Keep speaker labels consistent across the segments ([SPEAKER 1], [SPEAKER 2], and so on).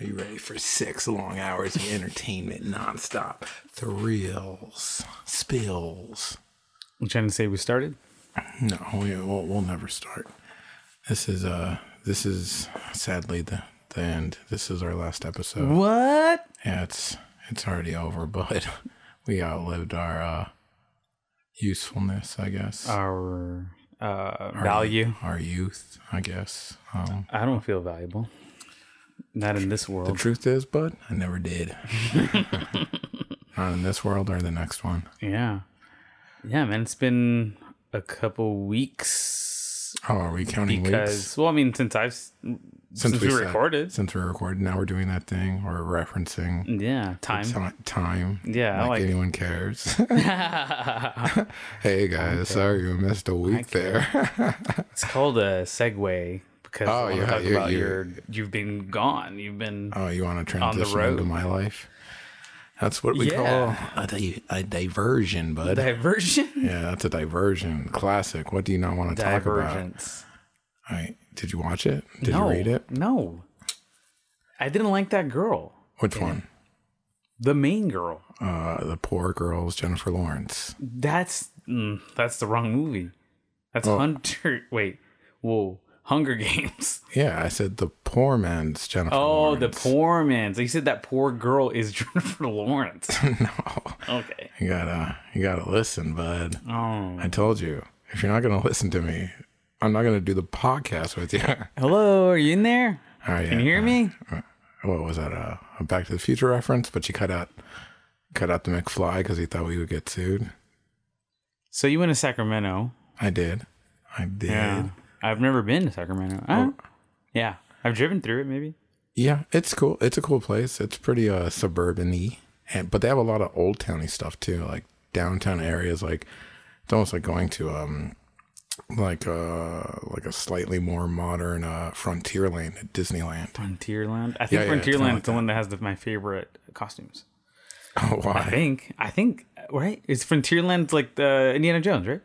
[SPEAKER 1] Are you ready for six long hours of entertainment nonstop? Thrills, spills.
[SPEAKER 2] I'm trying to say we started.
[SPEAKER 1] No, we, we'll, we'll never start. This is uh, this is sadly the the end. This is our last episode.
[SPEAKER 2] What?
[SPEAKER 1] Yeah, it's it's already over, but we outlived our uh, usefulness, I guess.
[SPEAKER 2] Our uh, value.
[SPEAKER 1] Our youth, I guess. Um,
[SPEAKER 2] I don't feel valuable. Not in this
[SPEAKER 1] the
[SPEAKER 2] world.
[SPEAKER 1] truth is, bud, I never did. Not in this world or the next one.
[SPEAKER 2] yeah. Yeah, man. It's been a couple weeks
[SPEAKER 1] Oh, are we counting
[SPEAKER 2] because,
[SPEAKER 1] weeks?
[SPEAKER 2] well, I mean, since I've s- since, we,
[SPEAKER 1] said-
[SPEAKER 2] recorded.
[SPEAKER 1] Since we recorded, now we're doing that thing. We're referencing
[SPEAKER 2] Yeah, time.
[SPEAKER 1] ti- time.
[SPEAKER 2] Yeah, I
[SPEAKER 1] like,
[SPEAKER 2] like-
[SPEAKER 1] anyone cares. hey guys, sorry you missed a week there.
[SPEAKER 2] It's called a segue because I wanna
[SPEAKER 1] Oh, yeah,
[SPEAKER 2] talk
[SPEAKER 1] you-
[SPEAKER 2] about
[SPEAKER 1] you-
[SPEAKER 2] your you've been gone. You've been
[SPEAKER 1] oh, you want to transition
[SPEAKER 2] road.
[SPEAKER 1] into my life? That's what we
[SPEAKER 2] Yeah.
[SPEAKER 1] call a, di- a diversion, bud.
[SPEAKER 2] diversion.
[SPEAKER 1] yeah, that's a diversion. Classic. What do you not want to talk about?
[SPEAKER 2] Divergence.
[SPEAKER 1] I, did you watch it? Did
[SPEAKER 2] no,
[SPEAKER 1] you read it?
[SPEAKER 2] No, I didn't like that girl.
[SPEAKER 1] Which one?
[SPEAKER 2] The main girl.
[SPEAKER 1] Uh, the poor girls, Jennifer Lawrence.
[SPEAKER 2] That's mm, that's the wrong movie. That's Hunter. Wait, whoa, Hunger Games.
[SPEAKER 1] Yeah, I said the poor man's Jennifer.
[SPEAKER 2] Oh,
[SPEAKER 1] Lawrence.
[SPEAKER 2] the poor man. So you said that poor girl is Jennifer Lawrence.
[SPEAKER 1] no.
[SPEAKER 2] Okay.
[SPEAKER 1] You gotta, you gotta listen, bud.
[SPEAKER 2] Oh,
[SPEAKER 1] I told you, if you're not gonna listen to me, I'm not gonna do the podcast with you. All
[SPEAKER 2] hello. Are you in there?
[SPEAKER 1] right,
[SPEAKER 2] Can you hear me?
[SPEAKER 1] What was that? Uh, a Back to the Future reference? But you cut out, cut out the McFly because he thought we would get sued.
[SPEAKER 2] So you went to Sacramento.
[SPEAKER 1] I did, I did.
[SPEAKER 2] Yeah. Oh.
[SPEAKER 1] Yeah,
[SPEAKER 2] I've never been to Sacramento. I don't- yeah. I've driven through it maybe.
[SPEAKER 1] it's cool. It's a cool place. It's pretty uh suburban-y. and but they have a lot of old towny stuff too, like downtown areas. Like it's almost like going to um. Like a like a slightly more modern uh, frontier lane at Disneyland.
[SPEAKER 2] Frontierland.
[SPEAKER 1] Yeah,
[SPEAKER 2] I think
[SPEAKER 1] yeah, it's kinda
[SPEAKER 2] Frontierland
[SPEAKER 1] like
[SPEAKER 2] is the
[SPEAKER 1] that.
[SPEAKER 2] one that has the, my favorite costumes.
[SPEAKER 1] Oh,
[SPEAKER 2] I
[SPEAKER 1] why?
[SPEAKER 2] think. I think right? Is Frontierland like the Indiana Jones, right?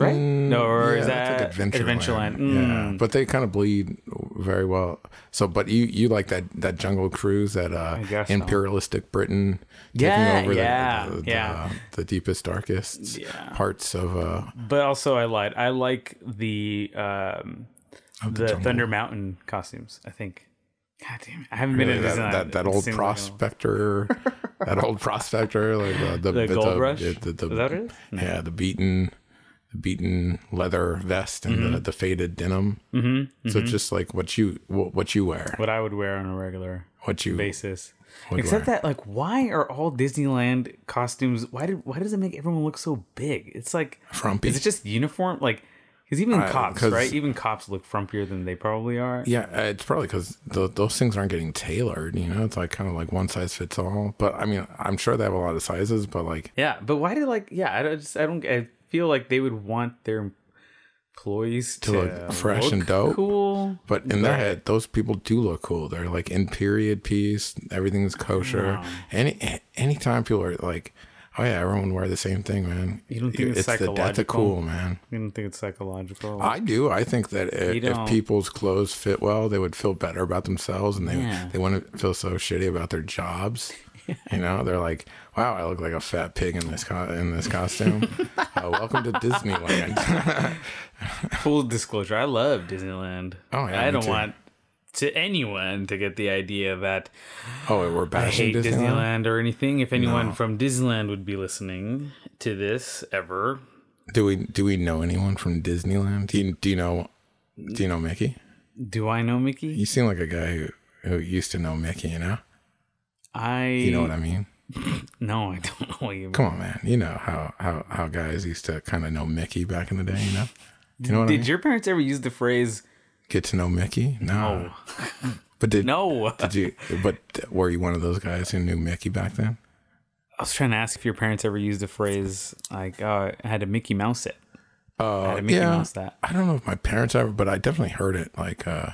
[SPEAKER 1] Right?
[SPEAKER 2] No, or is that
[SPEAKER 1] Adventureland?
[SPEAKER 2] Adventureland? Mm.
[SPEAKER 1] Yeah, but they kind of bleed very well. So, but you you like that that jungle cruise that uh,
[SPEAKER 2] guess so.
[SPEAKER 1] imperialistic Britain
[SPEAKER 2] Yeah,
[SPEAKER 1] the-
[SPEAKER 2] yeah,
[SPEAKER 1] the, the,
[SPEAKER 2] yeah.
[SPEAKER 1] the deepest darkest
[SPEAKER 2] Yeah.
[SPEAKER 1] parts of uh
[SPEAKER 2] But also I lied. I like the um the, Thunder Mountain costumes, I think. God damn it. I haven't been to
[SPEAKER 1] that,
[SPEAKER 2] Disneyland.
[SPEAKER 1] that, that
[SPEAKER 2] It
[SPEAKER 1] old
[SPEAKER 2] seems like a-
[SPEAKER 1] prospector, that old prospector, like uh, the
[SPEAKER 2] The gold rush?
[SPEAKER 1] the, the, the-
[SPEAKER 2] Is that what it is?
[SPEAKER 1] yeah, the beaten, the beaten leather vest and
[SPEAKER 2] Mm-hmm.
[SPEAKER 1] the, the faded denim. Mm-hmm, So just like what you what, what you wear,
[SPEAKER 2] what I would wear on a regular
[SPEAKER 1] what you
[SPEAKER 2] basis. Except that, like, why are all Disneyland costumes? Why did why does it make everyone look so big? It's like
[SPEAKER 1] frumpy.
[SPEAKER 2] is it just uniform? Like, because even cops,
[SPEAKER 1] 'cause-
[SPEAKER 2] right? Even cops look frumpier than they probably are.
[SPEAKER 1] Yeah, uh, it's probably because those things aren't getting tailored. You know, it's like kind of like one size fits all. But I mean, I'm sure they have a lot of sizes. But like,
[SPEAKER 2] Yeah, but why did like yeah? I don't- just I don't I feel like they would want their employees to,
[SPEAKER 1] look fresh and dope.
[SPEAKER 2] cool.
[SPEAKER 1] but in their head, those people do look cool. They're like in period piece. Everything's kosher. Any anytime people are like, oh yeah, everyone wear the same thing, man. You
[SPEAKER 2] don't think it's
[SPEAKER 1] the death of
[SPEAKER 2] psychological?
[SPEAKER 1] cool, man?
[SPEAKER 2] I don't think it's psychological.
[SPEAKER 1] I do. I think that if,
[SPEAKER 2] You
[SPEAKER 1] if
[SPEAKER 2] don't.
[SPEAKER 1] people's clothes fit well, they would feel better about themselves, and they
[SPEAKER 2] Yeah.
[SPEAKER 1] they wouldn't feel so shitty about their jobs. You know, they're like, "Wow, I look like a fat pig in this co- in this costume." uh, welcome to Disneyland.
[SPEAKER 2] Full disclosure, I love Disneyland.
[SPEAKER 1] Oh, yeah,
[SPEAKER 2] I
[SPEAKER 1] me
[SPEAKER 2] don't
[SPEAKER 1] too.
[SPEAKER 2] want to anyone to get the idea that
[SPEAKER 1] oh, wait, we're
[SPEAKER 2] I
[SPEAKER 1] bashing
[SPEAKER 2] hate
[SPEAKER 1] Disneyland.
[SPEAKER 2] Disneyland or anything. If anyone from Disneyland would be listening to this ever,
[SPEAKER 1] Do we do we know anyone from Disneyland? Do you, do you know do you know Mickey?
[SPEAKER 2] do I know Mickey?
[SPEAKER 1] You seem like a guy who, who used to know Mickey. You know,
[SPEAKER 2] I
[SPEAKER 1] you know what I mean.
[SPEAKER 2] no, I don't know what you mean.
[SPEAKER 1] Come on, man. You know how how how guys used to kind of know Mickey back in the day. You know, you know what I mean.
[SPEAKER 2] Did your parents ever use the phrase
[SPEAKER 1] Get to know Mickey? No.
[SPEAKER 2] "Oh
[SPEAKER 1] But did
[SPEAKER 2] no"?
[SPEAKER 1] did you? But were you one of those guys who knew Mickey back then?
[SPEAKER 2] I was trying to ask if your parents ever used the phrase like uh, "I had a Mickey Mouse it."
[SPEAKER 1] Oh,
[SPEAKER 2] I had a Mickey Mouse that.
[SPEAKER 1] I don't know if my parents ever, but I definitely heard it. Like, uh,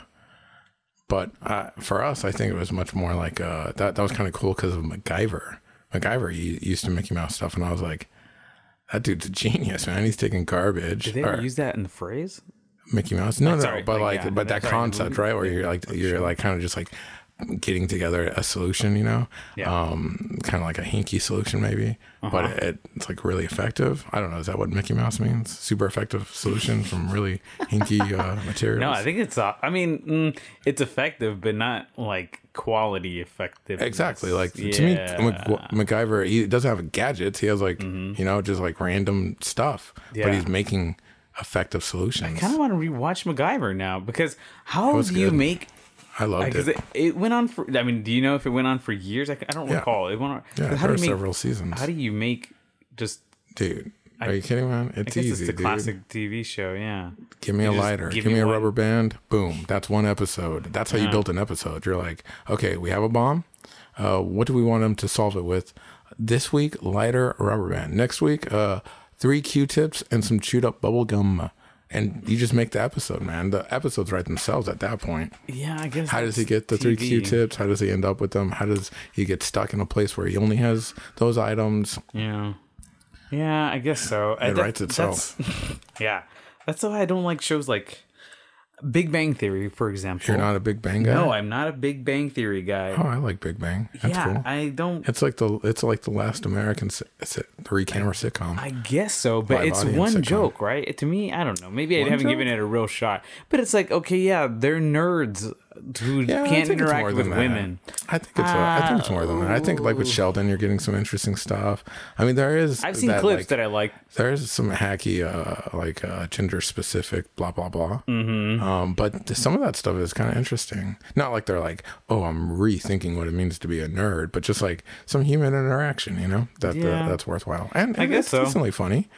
[SPEAKER 1] but uh, for us, I think it was much more like uh, that. That was kind of cool because of MacGyver. MacGyver he used to Mickey Mouse stuff, and I was like, that dude's a genius, man. He's taking garbage.
[SPEAKER 2] Did they
[SPEAKER 1] Or-
[SPEAKER 2] ever use that in the phrase?
[SPEAKER 1] Mickey Mouse. No, no,
[SPEAKER 2] sorry,
[SPEAKER 1] but
[SPEAKER 2] like,
[SPEAKER 1] like,
[SPEAKER 2] yeah,
[SPEAKER 1] but that
[SPEAKER 2] sorry, the
[SPEAKER 1] concept,
[SPEAKER 2] movie.
[SPEAKER 1] right? Where you're like, you're like kind of just like getting together a solution, you know,
[SPEAKER 2] Yeah. Uh-huh.
[SPEAKER 1] um, kind of like a hinky solution maybe, but it, it's like really effective. I don't know. Is that what Mickey Mouse means? Super effective solution from really hinky uh, materials.
[SPEAKER 2] No, I think it's. uh, I mean, mm, it's effective, but not like quality effective.
[SPEAKER 1] Exactly. Like to me, Mac- MacGyver he doesn't have gadgets. He has like you know just like random stuff,
[SPEAKER 2] Mm-hmm. Yeah.
[SPEAKER 1] but he's making effective solutions. I,
[SPEAKER 2] kind of want to rewatch MacGyver now because how
[SPEAKER 1] was
[SPEAKER 2] do you
[SPEAKER 1] good.
[SPEAKER 2] make?
[SPEAKER 1] loved
[SPEAKER 2] Because
[SPEAKER 1] it.
[SPEAKER 2] it, it went on for. I mean, do you know if it went on for years? I, c- I don't recall. It went on.
[SPEAKER 1] yeah,
[SPEAKER 2] but how
[SPEAKER 1] there
[SPEAKER 2] do
[SPEAKER 1] are
[SPEAKER 2] you make?
[SPEAKER 1] several seasons,
[SPEAKER 2] How do you make? Just
[SPEAKER 1] dude. Are you kidding, man? It's
[SPEAKER 2] I guess
[SPEAKER 1] easy,
[SPEAKER 2] it's the
[SPEAKER 1] dude.
[SPEAKER 2] classic TV show. Yeah.
[SPEAKER 1] Give me a
[SPEAKER 2] just
[SPEAKER 1] lighter.
[SPEAKER 2] give
[SPEAKER 1] Give,
[SPEAKER 2] me
[SPEAKER 1] me a
[SPEAKER 2] one.
[SPEAKER 1] rubber band. Boom. That's one episode. That's how you built an episode. You're like, okay, we have a bomb. Uh, what do we want them to solve it with? This week, lighter, rubber band. Next week, uh, three Q-tips and some chewed up bubble gum. And you just make the episode, man. The episodes write themselves at that point.
[SPEAKER 2] Yeah, I guess.
[SPEAKER 1] How does he get the three
[SPEAKER 2] TV.
[SPEAKER 1] Q-tips? How does he end up with them? How does he get stuck in a place where he only has those items?
[SPEAKER 2] Yeah. Yeah, I guess so. It
[SPEAKER 1] writes itself.
[SPEAKER 2] yeah. That's why I don't like shows like Big Bang Theory, for example.
[SPEAKER 1] You're not a Big Bang guy.
[SPEAKER 2] no, I'm not a Big Bang Theory guy.
[SPEAKER 1] oh, I like Big Bang. That's
[SPEAKER 2] yeah,
[SPEAKER 1] cool.
[SPEAKER 2] I don't.
[SPEAKER 1] It's like the it's like the last American si- si- three camera sitcom.
[SPEAKER 2] I guess so, but
[SPEAKER 1] Live
[SPEAKER 2] it's
[SPEAKER 1] audience
[SPEAKER 2] one
[SPEAKER 1] sitcom.
[SPEAKER 2] joke, right? It- to me, I don't know. Maybe I haven't given it a real shot, but it's like, okay, yeah, they're nerds who
[SPEAKER 1] Yeah, I
[SPEAKER 2] can't
[SPEAKER 1] think it's more
[SPEAKER 2] interact with
[SPEAKER 1] than that.
[SPEAKER 2] women. Oh.
[SPEAKER 1] I think it's a- I think it's more than that. I think like with Sheldon, you're getting some interesting stuff. I mean, there is
[SPEAKER 2] I've seen
[SPEAKER 1] that,
[SPEAKER 2] clips
[SPEAKER 1] like,
[SPEAKER 2] that I like.
[SPEAKER 1] there is some hacky uh, like uh, gender specific blah blah blah. Mm-hmm. Um, but th- some of that stuff is kind of interesting. Not like they're like, oh, I'm rethinking what it means to be a nerd, but just like some human interaction, you know, that
[SPEAKER 2] Yeah.
[SPEAKER 1] uh, that's worthwhile and, and
[SPEAKER 2] guess
[SPEAKER 1] it's
[SPEAKER 2] so.
[SPEAKER 1] decently funny.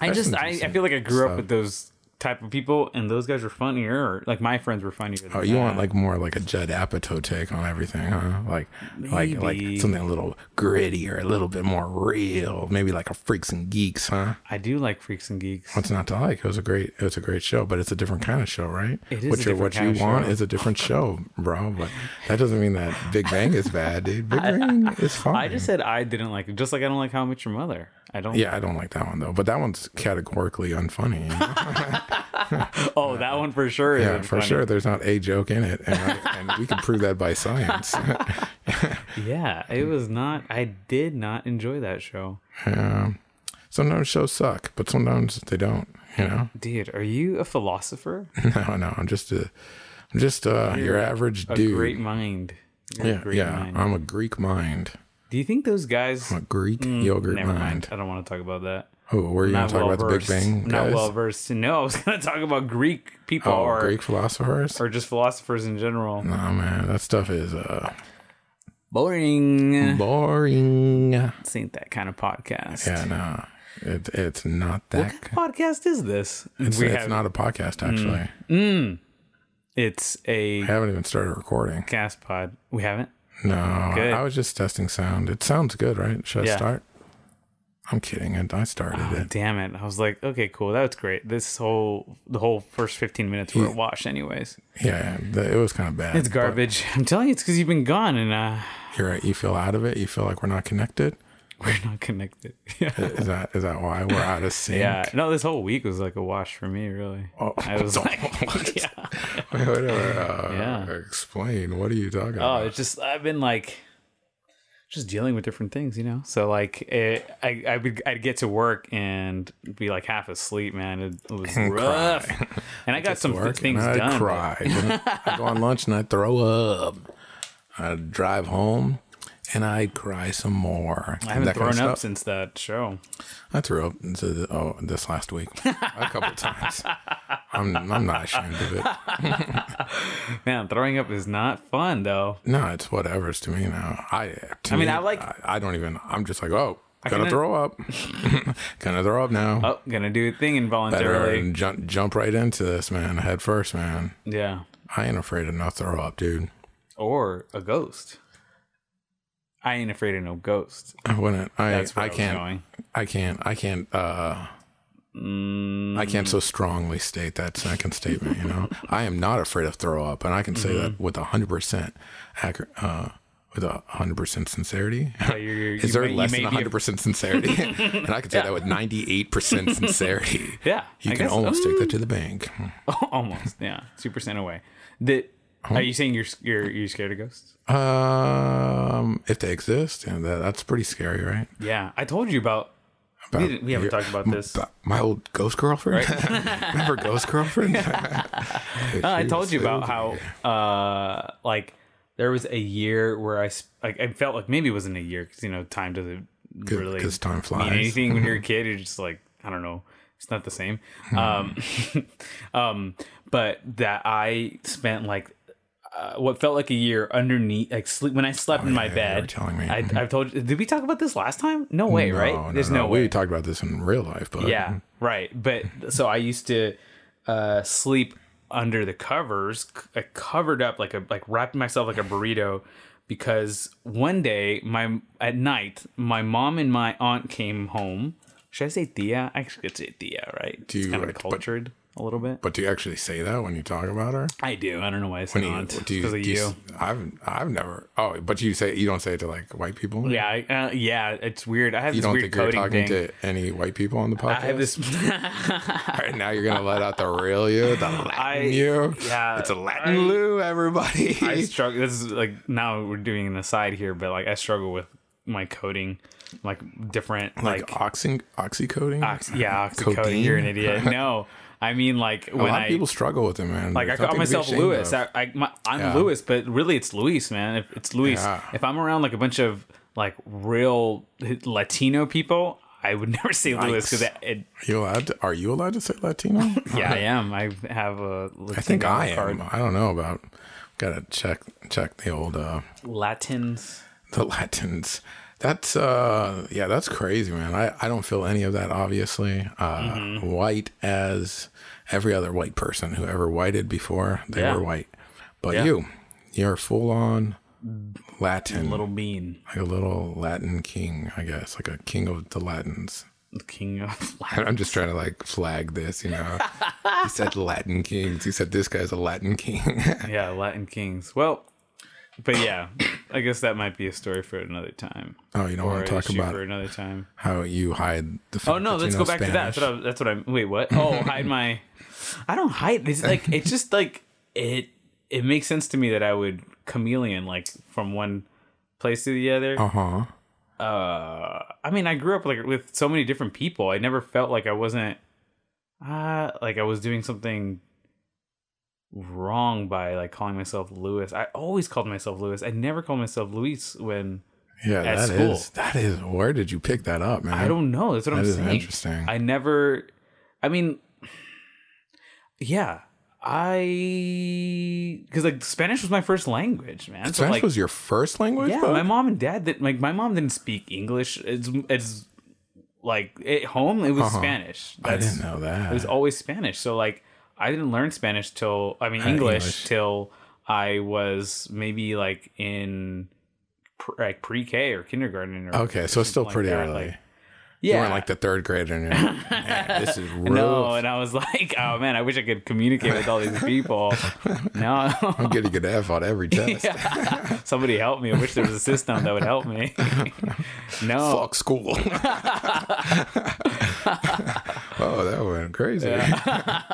[SPEAKER 2] I just
[SPEAKER 1] some
[SPEAKER 2] I, I
[SPEAKER 1] decent
[SPEAKER 2] feel like I grew up
[SPEAKER 1] stuff.
[SPEAKER 2] with those type of people, and those guys were funnier. Like my friends were funnier. Than
[SPEAKER 1] Oh, you want
[SPEAKER 2] that.
[SPEAKER 1] like more like a Judd Apatow take on everything, huh? Like, like,
[SPEAKER 2] Maybe.
[SPEAKER 1] like something a little grittier, a little bit more real. Maybe like a Freaks and Geeks, huh?
[SPEAKER 2] I do like Freaks and Geeks.
[SPEAKER 1] What's not to like? It was a great, it was a great show, but it's a different kind of show, right?
[SPEAKER 2] It is
[SPEAKER 1] what
[SPEAKER 2] a
[SPEAKER 1] you
[SPEAKER 2] different
[SPEAKER 1] what
[SPEAKER 2] kind
[SPEAKER 1] you
[SPEAKER 2] of
[SPEAKER 1] want
[SPEAKER 2] show.
[SPEAKER 1] is a different show, bro. But that doesn't mean that Big Bang is bad, dude. Big Bang is fine.
[SPEAKER 2] I just said I didn't like it, just like I don't like How I Met Your Mother. I don't.
[SPEAKER 1] yeah, I don't like that one though. But that one's categorically unfunny. you know?
[SPEAKER 2] Oh, that one for sure.
[SPEAKER 1] yeah, for sure. There's not a joke in it, and, I, and we can prove that by science.
[SPEAKER 2] Yeah, it was not. I did not enjoy that show,
[SPEAKER 1] Yeah. Sometimes shows suck, but sometimes they don't. You know?
[SPEAKER 2] dude. Are you a philosopher?
[SPEAKER 1] No, no. I'm just a, I'm just uh, your average dude.
[SPEAKER 2] Great mind. You're a
[SPEAKER 1] yeah,
[SPEAKER 2] great
[SPEAKER 1] yeah.
[SPEAKER 2] mind.
[SPEAKER 1] I'm a Greek mind.
[SPEAKER 2] Do you think those guys?
[SPEAKER 1] I'm a Greek yogurt
[SPEAKER 2] Mm, Never mind.
[SPEAKER 1] mind.
[SPEAKER 2] I don't want to talk about that.
[SPEAKER 1] Oh, were you going to talk about the Big Bang
[SPEAKER 2] Not
[SPEAKER 1] guys?
[SPEAKER 2] well versed. No, I was going to talk about Greek people
[SPEAKER 1] oh,
[SPEAKER 2] or
[SPEAKER 1] Greek Mm. philosophers.
[SPEAKER 2] or just philosophers in general.
[SPEAKER 1] Nah, man, that stuff is uh, Mm.
[SPEAKER 2] Boring.
[SPEAKER 1] boring.
[SPEAKER 2] This ain't that kind of podcast.
[SPEAKER 1] Yeah, no, it, it's not
[SPEAKER 2] What
[SPEAKER 1] that.
[SPEAKER 2] kind of podcast is this?
[SPEAKER 1] It's,
[SPEAKER 2] we
[SPEAKER 1] it's
[SPEAKER 2] have Hmm.
[SPEAKER 1] not a podcast, actually.
[SPEAKER 2] It's a
[SPEAKER 1] I haven't even started recording.
[SPEAKER 2] gas pod. We haven't.
[SPEAKER 1] No, I-
[SPEAKER 2] Good.
[SPEAKER 1] I was just testing sound. It sounds good, right? Should
[SPEAKER 2] Yeah. Ah.
[SPEAKER 1] I start? I'm kidding. I, I started it.
[SPEAKER 2] Oh, Damn it! I was like, okay, cool. That was great. This whole the whole first fifteen minutes were a wash, anyways.
[SPEAKER 1] Yeah, yeah, the, it was kind of bad.
[SPEAKER 2] It's garbage. I'm telling you, it's because you've been gone and uh,
[SPEAKER 1] You're right. You feel out of it. You feel like we're not connected.
[SPEAKER 2] we're not connected. Yeah.
[SPEAKER 1] Is that is that why we're out of sync?
[SPEAKER 2] Yeah. No, this whole week was like a wash for me, really.
[SPEAKER 1] Oh,
[SPEAKER 2] I was
[SPEAKER 1] don't-
[SPEAKER 2] like, yeah.
[SPEAKER 1] Wait, wait, wait, uh,
[SPEAKER 2] Yeah.
[SPEAKER 1] Explain. What are you talking
[SPEAKER 2] Oh,
[SPEAKER 1] about?
[SPEAKER 2] it's just I've been like just dealing with different things, you know. So like it, I I would I'd get to work and be like half asleep, man. It, it was rough, and I got some
[SPEAKER 1] Work
[SPEAKER 2] things
[SPEAKER 1] and I
[SPEAKER 2] done. but-
[SPEAKER 1] cry. I go on lunch and I throw up. I drive home and I cry some more.
[SPEAKER 2] I haven't thrown up since that show.
[SPEAKER 1] I threw up into the, oh, this last week a couple times. I'm I'm not ashamed of it.
[SPEAKER 2] Man, throwing up is not fun though.
[SPEAKER 1] No, it's whatever's to me now. I to
[SPEAKER 2] I mean,
[SPEAKER 1] me,
[SPEAKER 2] I like-
[SPEAKER 1] I, I don't even. I'm just like, oh, gonna
[SPEAKER 2] can-
[SPEAKER 1] throw up, gonna throw up now.
[SPEAKER 2] Oh, gonna do a thing
[SPEAKER 1] Better
[SPEAKER 2] involuntarily.
[SPEAKER 1] and jump jump right into this, man. Head first, man.
[SPEAKER 2] Yeah,
[SPEAKER 1] I ain't afraid of no throw up, dude.
[SPEAKER 2] or a ghost. I ain't afraid of no ghost.
[SPEAKER 1] I wouldn't. I
[SPEAKER 2] That's where I,
[SPEAKER 1] I
[SPEAKER 2] was
[SPEAKER 1] can't.
[SPEAKER 2] going.
[SPEAKER 1] I can't. I can't. Uh,
[SPEAKER 2] Mm,
[SPEAKER 1] I can't so strongly state that second statement. You know, I am not afraid of throw up, and I can say
[SPEAKER 2] Mm-hmm.
[SPEAKER 1] that with a hundred percent accurate. Uh, with a hundred percent sincerity.
[SPEAKER 2] Yeah, you're- you're-
[SPEAKER 1] Is
[SPEAKER 2] you
[SPEAKER 1] there
[SPEAKER 2] may- you
[SPEAKER 1] less than
[SPEAKER 2] may be af-
[SPEAKER 1] 100 percent sincerity? and I can say that with 98 percent sincerity.
[SPEAKER 2] Yeah,
[SPEAKER 1] you
[SPEAKER 2] I
[SPEAKER 1] can
[SPEAKER 2] guess- Mm,
[SPEAKER 1] almost take that to the bank.
[SPEAKER 2] almost yeah two percent away that Are you saying you're you're you're scared of ghosts?
[SPEAKER 1] Um, if they exist, and that, that's pretty scary, right?
[SPEAKER 2] Yeah, I told you about.
[SPEAKER 1] About
[SPEAKER 2] we, didn't, we haven't
[SPEAKER 1] your-
[SPEAKER 2] talked about this.
[SPEAKER 1] But my old ghost girlfriend. Remember ghost girlfriend?
[SPEAKER 2] Uh, Oh, I told you about how uh like there was a year where I sp- like I felt like maybe it wasn't a year because you know time doesn't really
[SPEAKER 1] 'cause time flies.
[SPEAKER 2] mean anything when you're a kid. You're just like I don't know. It's not the same.
[SPEAKER 1] Hmm.
[SPEAKER 2] Um, um, but that I spent like uh, what felt like a year underneath like sleep when I slept in my
[SPEAKER 1] Oh, yeah, you
[SPEAKER 2] bed.
[SPEAKER 1] were telling me. Mm-hmm.
[SPEAKER 2] I, I've told you. Did we talk about this last time? No way,
[SPEAKER 1] Oh, No,
[SPEAKER 2] right?
[SPEAKER 1] no,
[SPEAKER 2] There's
[SPEAKER 1] no.
[SPEAKER 2] no, way.
[SPEAKER 1] We talked about this in real life, but
[SPEAKER 2] Yeah, right. But so I used to uh, sleep under the covers, c- uh, covered up like a like wrapping myself like a burrito, because one day my at night my mom and my aunt came home. Should I say Thea? I should say Thea, right?
[SPEAKER 1] you,
[SPEAKER 2] it's kind
[SPEAKER 1] uh,
[SPEAKER 2] of
[SPEAKER 1] but-
[SPEAKER 2] cultured a little bit.
[SPEAKER 1] But do you actually say that when you talk about her?
[SPEAKER 2] I do. I don't know why I said
[SPEAKER 1] Do you-
[SPEAKER 2] aunt
[SPEAKER 1] do you-
[SPEAKER 2] because of
[SPEAKER 1] do
[SPEAKER 2] you.
[SPEAKER 1] you s- I've I've never. Oh, but you say you don't say it to like white people.
[SPEAKER 2] yeah, I, uh, yeah. It's weird. I have
[SPEAKER 1] You
[SPEAKER 2] this
[SPEAKER 1] don't
[SPEAKER 2] weird
[SPEAKER 1] think you're
[SPEAKER 2] coding
[SPEAKER 1] talking
[SPEAKER 2] thing.
[SPEAKER 1] to any white people on the podcast?
[SPEAKER 2] I have this.
[SPEAKER 1] All right, now you're gonna let out the real you, the Latin
[SPEAKER 2] I-
[SPEAKER 1] you.
[SPEAKER 2] yeah,
[SPEAKER 1] it's a Latin
[SPEAKER 2] I-
[SPEAKER 1] Lou, everybody.
[SPEAKER 2] I struggle. This is like now we're doing an aside here, but like I struggle with my coding, like different like,
[SPEAKER 1] like oxy oxycoding.
[SPEAKER 2] ox- yeah, oxycoding. You're an
[SPEAKER 1] Codeine?
[SPEAKER 2] idiot. No, I mean like
[SPEAKER 1] A
[SPEAKER 2] when
[SPEAKER 1] lot of
[SPEAKER 2] I
[SPEAKER 1] people struggle with it, man.
[SPEAKER 2] like I
[SPEAKER 1] There's
[SPEAKER 2] call
[SPEAKER 1] nothing to be
[SPEAKER 2] myself
[SPEAKER 1] ashamed
[SPEAKER 2] Lewis.
[SPEAKER 1] of.
[SPEAKER 2] I, I my, I'm
[SPEAKER 1] Yeah.
[SPEAKER 2] Lewis, but really it's Luis, man. If it's Luis,
[SPEAKER 1] Yeah.
[SPEAKER 2] if I'm around like a bunch of like real Latino people, I would never say Luis because it, it,
[SPEAKER 1] Are you allowed? To, are you allowed to say Latino?
[SPEAKER 2] yeah, I am. I have a Latino
[SPEAKER 1] I think I
[SPEAKER 2] card.
[SPEAKER 1] am. I don't know about. Gotta check check the old uh
[SPEAKER 2] Latins.
[SPEAKER 1] the Latins. That's uh yeah, that's crazy, man. I I don't feel any of that obviously. Uh
[SPEAKER 2] Mm-hmm.
[SPEAKER 1] white as every other white person who ever whited before, they
[SPEAKER 2] Yeah.
[SPEAKER 1] were white. But
[SPEAKER 2] Yeah.
[SPEAKER 1] you, you're full on Latin,
[SPEAKER 2] Little bean,
[SPEAKER 1] like a little Latin king, I guess, like a king of the Latins.
[SPEAKER 2] king of Latin.
[SPEAKER 1] I'm just trying to like flag this, you know. he said Latin kings. He said this guy's a Latin king.
[SPEAKER 2] Yeah, Latin kings. Well, but yeah, I guess that might be a story for another time.
[SPEAKER 1] oh, you don't
[SPEAKER 2] Or
[SPEAKER 1] want to
[SPEAKER 2] an
[SPEAKER 1] talk
[SPEAKER 2] issue
[SPEAKER 1] about
[SPEAKER 2] for another time.
[SPEAKER 1] how you hide the fact
[SPEAKER 2] Oh no,
[SPEAKER 1] that
[SPEAKER 2] let's
[SPEAKER 1] you
[SPEAKER 2] go
[SPEAKER 1] know
[SPEAKER 2] back to
[SPEAKER 1] Spanish.
[SPEAKER 2] that. That's what, I, that's what I'm. Wait, what? Oh, hide my. I don't hide. It's like it's just like it. It makes sense to me that I would chameleon like from one place to the other.
[SPEAKER 1] Uh huh.
[SPEAKER 2] Uh, I mean, I grew up like with so many different people. I never felt like I wasn't, uh, like I was doing something wrong by like calling myself Lewis. I always called myself Lewis. I never called myself Luis when
[SPEAKER 1] Yeah,
[SPEAKER 2] at
[SPEAKER 1] that is
[SPEAKER 2] school.
[SPEAKER 1] that is where did you pick that up, man?
[SPEAKER 2] I don't know. That's what I'm
[SPEAKER 1] That is
[SPEAKER 2] saying.
[SPEAKER 1] interesting.
[SPEAKER 2] I never. I mean, yeah. I because like Spanish was my first language, man. So,
[SPEAKER 1] Spanish
[SPEAKER 2] like,
[SPEAKER 1] was your first language,
[SPEAKER 2] yeah,
[SPEAKER 1] bro?
[SPEAKER 2] my mom and dad didn't like my mom didn't speak English. It's it's like at home it was Spanish.
[SPEAKER 1] Uh-huh. I
[SPEAKER 2] That's
[SPEAKER 1] didn't know that.
[SPEAKER 2] it was always Spanish. So like I didn't learn Spanish till I mean English,
[SPEAKER 1] English.
[SPEAKER 2] till I was maybe like in pr- like pre-K or kindergarten or
[SPEAKER 1] okay, so it's still
[SPEAKER 2] like
[SPEAKER 1] pretty
[SPEAKER 2] that,
[SPEAKER 1] early.
[SPEAKER 2] like-
[SPEAKER 1] you
[SPEAKER 2] yeah.
[SPEAKER 1] weren't like the third grader, and you're like, man, this is rough.
[SPEAKER 2] no, and I was like, oh man, I wish I could communicate with all these people. No.
[SPEAKER 1] I'm getting an F on every test.
[SPEAKER 2] Somebody help me. I wish there was a system that would help me. no.
[SPEAKER 1] Fuck school. oh, that went crazy.
[SPEAKER 2] Yeah,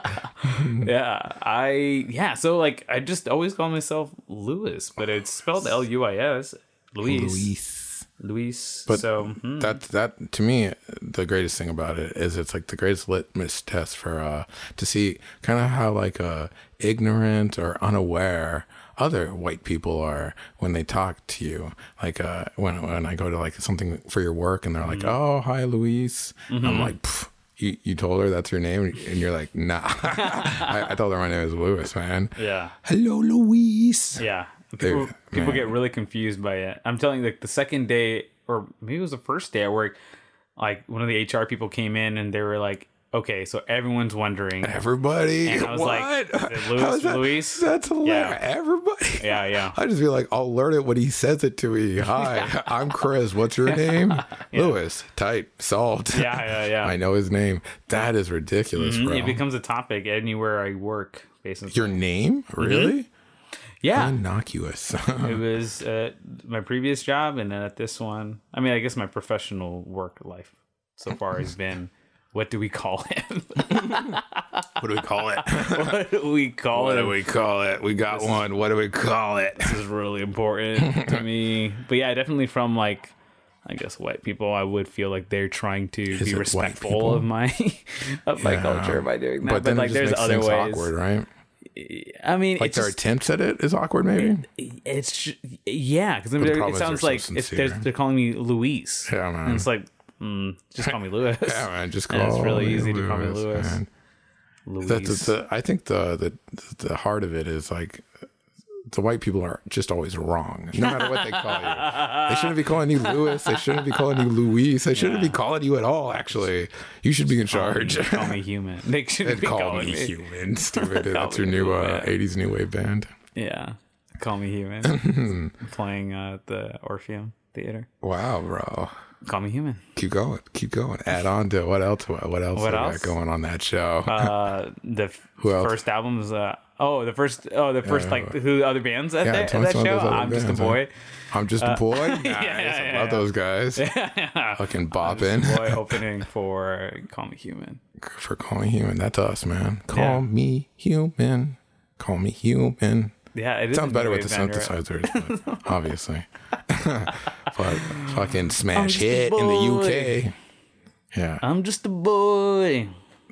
[SPEAKER 2] I yeah. So like, I just always call myself Lewis, but it's spelled L U I S, Luis,
[SPEAKER 1] Luis.
[SPEAKER 2] Luis.
[SPEAKER 1] But-
[SPEAKER 2] so mhm.
[SPEAKER 1] That that to me the greatest thing about it is it's like the greatest litmus test for uh to see kind of how like uh ignorant or unaware other white people are when they talk to you like uh when when I go to like something for your work and they're like
[SPEAKER 2] Hmm.
[SPEAKER 1] oh hi Luis
[SPEAKER 2] Mm-hmm.
[SPEAKER 1] I'm like "Pff, you you told her that's your name and you're like nah I, I told her my name is Luis man
[SPEAKER 2] yeah,
[SPEAKER 1] hello Luis
[SPEAKER 2] yeah. People,
[SPEAKER 1] Dude,
[SPEAKER 2] people
[SPEAKER 1] man.
[SPEAKER 2] get really confused by it. I'm telling you, like the second day, or maybe it was the first day at work. Like one of the HR people came in and they were like, "Okay, so everyone's wondering."
[SPEAKER 1] everybody
[SPEAKER 2] And I was like,
[SPEAKER 1] what
[SPEAKER 2] "Is it Luis?
[SPEAKER 1] How is that-
[SPEAKER 2] Luis?"
[SPEAKER 1] that's hilarious
[SPEAKER 2] Yeah.
[SPEAKER 1] everybody
[SPEAKER 2] Yeah, yeah.
[SPEAKER 1] I just be like, I'll learn it when he says it to me. Hi, I'm Chris. What's your name? Lewis. Type salt.
[SPEAKER 2] Yeah, yeah, yeah. Mm-hmm.
[SPEAKER 1] I know his name. That is ridiculous, bro.
[SPEAKER 2] It becomes a topic anywhere I work, basically.
[SPEAKER 1] your name, really
[SPEAKER 2] Mm-hmm. yeah,
[SPEAKER 1] innocuous.
[SPEAKER 2] it was uh, my previous job and then at this one i mean i guess my professional work life so far has been What do we call him?
[SPEAKER 1] What do we call it?
[SPEAKER 2] what do we call
[SPEAKER 1] what do
[SPEAKER 2] him?
[SPEAKER 1] we call it? We got one. What do we call it?
[SPEAKER 2] this is really important to me. But yeah, definitely from like I guess white people, I would feel like they're trying to
[SPEAKER 1] it
[SPEAKER 2] be
[SPEAKER 1] white
[SPEAKER 2] respectful
[SPEAKER 1] people?
[SPEAKER 2] of my of my
[SPEAKER 1] Yeah.
[SPEAKER 2] culture by doing that.
[SPEAKER 1] But
[SPEAKER 2] But,
[SPEAKER 1] then
[SPEAKER 2] like
[SPEAKER 1] it just
[SPEAKER 2] there's
[SPEAKER 1] makes
[SPEAKER 2] other
[SPEAKER 1] things
[SPEAKER 2] ways.
[SPEAKER 1] awkward, right?
[SPEAKER 2] I mean,
[SPEAKER 1] Like
[SPEAKER 2] it's
[SPEAKER 1] their
[SPEAKER 2] just,
[SPEAKER 1] attempts at it is awkward, maybe.
[SPEAKER 2] it's ju- yeah, because
[SPEAKER 1] the
[SPEAKER 2] it
[SPEAKER 1] problem is
[SPEAKER 2] sounds
[SPEAKER 1] they're
[SPEAKER 2] like
[SPEAKER 1] so
[SPEAKER 2] it's,
[SPEAKER 1] sincere.
[SPEAKER 2] they're, they're calling me Luis.
[SPEAKER 1] Yeah, man.
[SPEAKER 2] And it's like mm, just call me Louis.
[SPEAKER 1] Yeah, man, just call
[SPEAKER 2] And it's really
[SPEAKER 1] me
[SPEAKER 2] easy to call me Louis.
[SPEAKER 1] man.
[SPEAKER 2] Luis.
[SPEAKER 1] That- that- that- I think the, the the heart of it is like the white people are just always wrong, no matter what they call you. They shouldn't be calling you Louis. They shouldn't be calling you Luis. They shouldn't be calling you at all. Actually, you should be in charge.
[SPEAKER 2] They call me human. They shouldn't
[SPEAKER 1] And
[SPEAKER 2] be
[SPEAKER 1] call
[SPEAKER 2] calling
[SPEAKER 1] me
[SPEAKER 2] me.
[SPEAKER 1] human, stupid. That's
[SPEAKER 2] me
[SPEAKER 1] your new
[SPEAKER 2] human.
[SPEAKER 1] uh, '80s new wave band.
[SPEAKER 2] Yeah, call me human. Playing uh, at the Orpheum Theater.
[SPEAKER 1] Wow, bro.
[SPEAKER 2] Call me human.
[SPEAKER 1] Keep going. Keep going. Add on to what else? What else?
[SPEAKER 2] What
[SPEAKER 1] we got
[SPEAKER 2] else?
[SPEAKER 1] going on that show?
[SPEAKER 2] uh the f-
[SPEAKER 1] else?
[SPEAKER 2] first albums uh oh the first oh the first
[SPEAKER 1] Yeah.
[SPEAKER 2] like who other bands at
[SPEAKER 1] Yeah,
[SPEAKER 2] that,
[SPEAKER 1] tell
[SPEAKER 2] at
[SPEAKER 1] us
[SPEAKER 2] that
[SPEAKER 1] about
[SPEAKER 2] show
[SPEAKER 1] those other
[SPEAKER 2] i'm just a
[SPEAKER 1] bands,
[SPEAKER 2] boy
[SPEAKER 1] I'm just a boy. Nice.
[SPEAKER 2] uh, yeah,
[SPEAKER 1] I love
[SPEAKER 2] yeah.
[SPEAKER 1] those guys. Fucking bopping.
[SPEAKER 2] boy opening for call me human
[SPEAKER 1] for calling human. That's us, man. Call
[SPEAKER 2] Yeah.
[SPEAKER 1] me human. Call me human.
[SPEAKER 2] yeah it is
[SPEAKER 1] Sounds
[SPEAKER 2] a
[SPEAKER 1] better
[SPEAKER 2] new
[SPEAKER 1] with the
[SPEAKER 2] wave band, right?
[SPEAKER 1] synthesizers, but obviously. but fucking smash
[SPEAKER 2] just a
[SPEAKER 1] hit in the
[SPEAKER 2] boy.
[SPEAKER 1] UK. Yeah,
[SPEAKER 2] i'm just a boy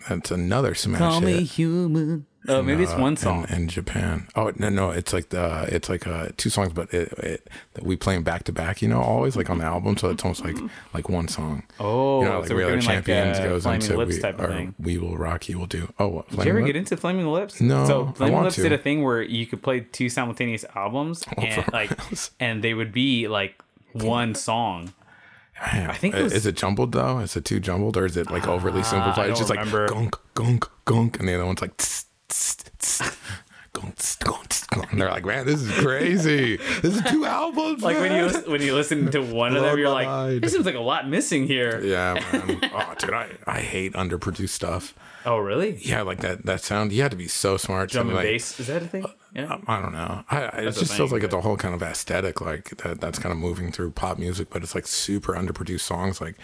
[SPEAKER 1] that's another smash
[SPEAKER 2] call
[SPEAKER 1] hit. Uh,
[SPEAKER 2] me human oh maybe it's one song
[SPEAKER 1] in, in Japan. Oh no, no, it's like the it's like uh, two songs, but it, it that we play them back to back. You know, always like on the album, so it's almost like like one song.
[SPEAKER 2] oh
[SPEAKER 1] you know, like
[SPEAKER 2] so
[SPEAKER 1] we
[SPEAKER 2] we're
[SPEAKER 1] are
[SPEAKER 2] doing
[SPEAKER 1] champions
[SPEAKER 2] like a
[SPEAKER 1] goes
[SPEAKER 2] flaming
[SPEAKER 1] into
[SPEAKER 2] lips
[SPEAKER 1] we,
[SPEAKER 2] type of
[SPEAKER 1] or
[SPEAKER 2] thing
[SPEAKER 1] we will rock you. Will do. Oh, what?
[SPEAKER 2] did you ever
[SPEAKER 1] Flaming
[SPEAKER 2] get into Flaming Lips?
[SPEAKER 1] No, I
[SPEAKER 2] So Flaming
[SPEAKER 1] want
[SPEAKER 2] Lips
[SPEAKER 1] to.
[SPEAKER 2] did a thing where you could play two simultaneous albums, and like, and they would be like one song.
[SPEAKER 1] Damn.
[SPEAKER 2] I think it
[SPEAKER 1] I-
[SPEAKER 2] was- Ah,
[SPEAKER 1] is it jumbled though? Is it too jumbled or is it like overly simplified? It's
[SPEAKER 2] don't
[SPEAKER 1] just like
[SPEAKER 2] remember.
[SPEAKER 1] gunk, gunk, gunk, and the other one's like tss, tss, tss, gunk, tss, gunk, tss, gunk. And they're like, man, this is crazy. this is two albums.
[SPEAKER 2] Like when you
[SPEAKER 1] man."
[SPEAKER 2] lis- when you listen to one of them,
[SPEAKER 1] Blood
[SPEAKER 2] you're
[SPEAKER 1] Lied.
[SPEAKER 2] like, there seems like a lot missing here.
[SPEAKER 1] yeah, man. Oh, dude, I, I hate underproduced stuff.
[SPEAKER 2] Oh, really?
[SPEAKER 1] Yeah, like that that sound. You had to be so smart. to,
[SPEAKER 2] Drum and
[SPEAKER 1] like, uh,
[SPEAKER 2] bass is that a thing? Yeah.
[SPEAKER 1] I don't know. I, I it
[SPEAKER 2] a
[SPEAKER 1] just feels
[SPEAKER 2] thing,
[SPEAKER 1] like it's a whole kind of aesthetic, like that, that's kind of moving through pop music, but it's like super underproduced songs, like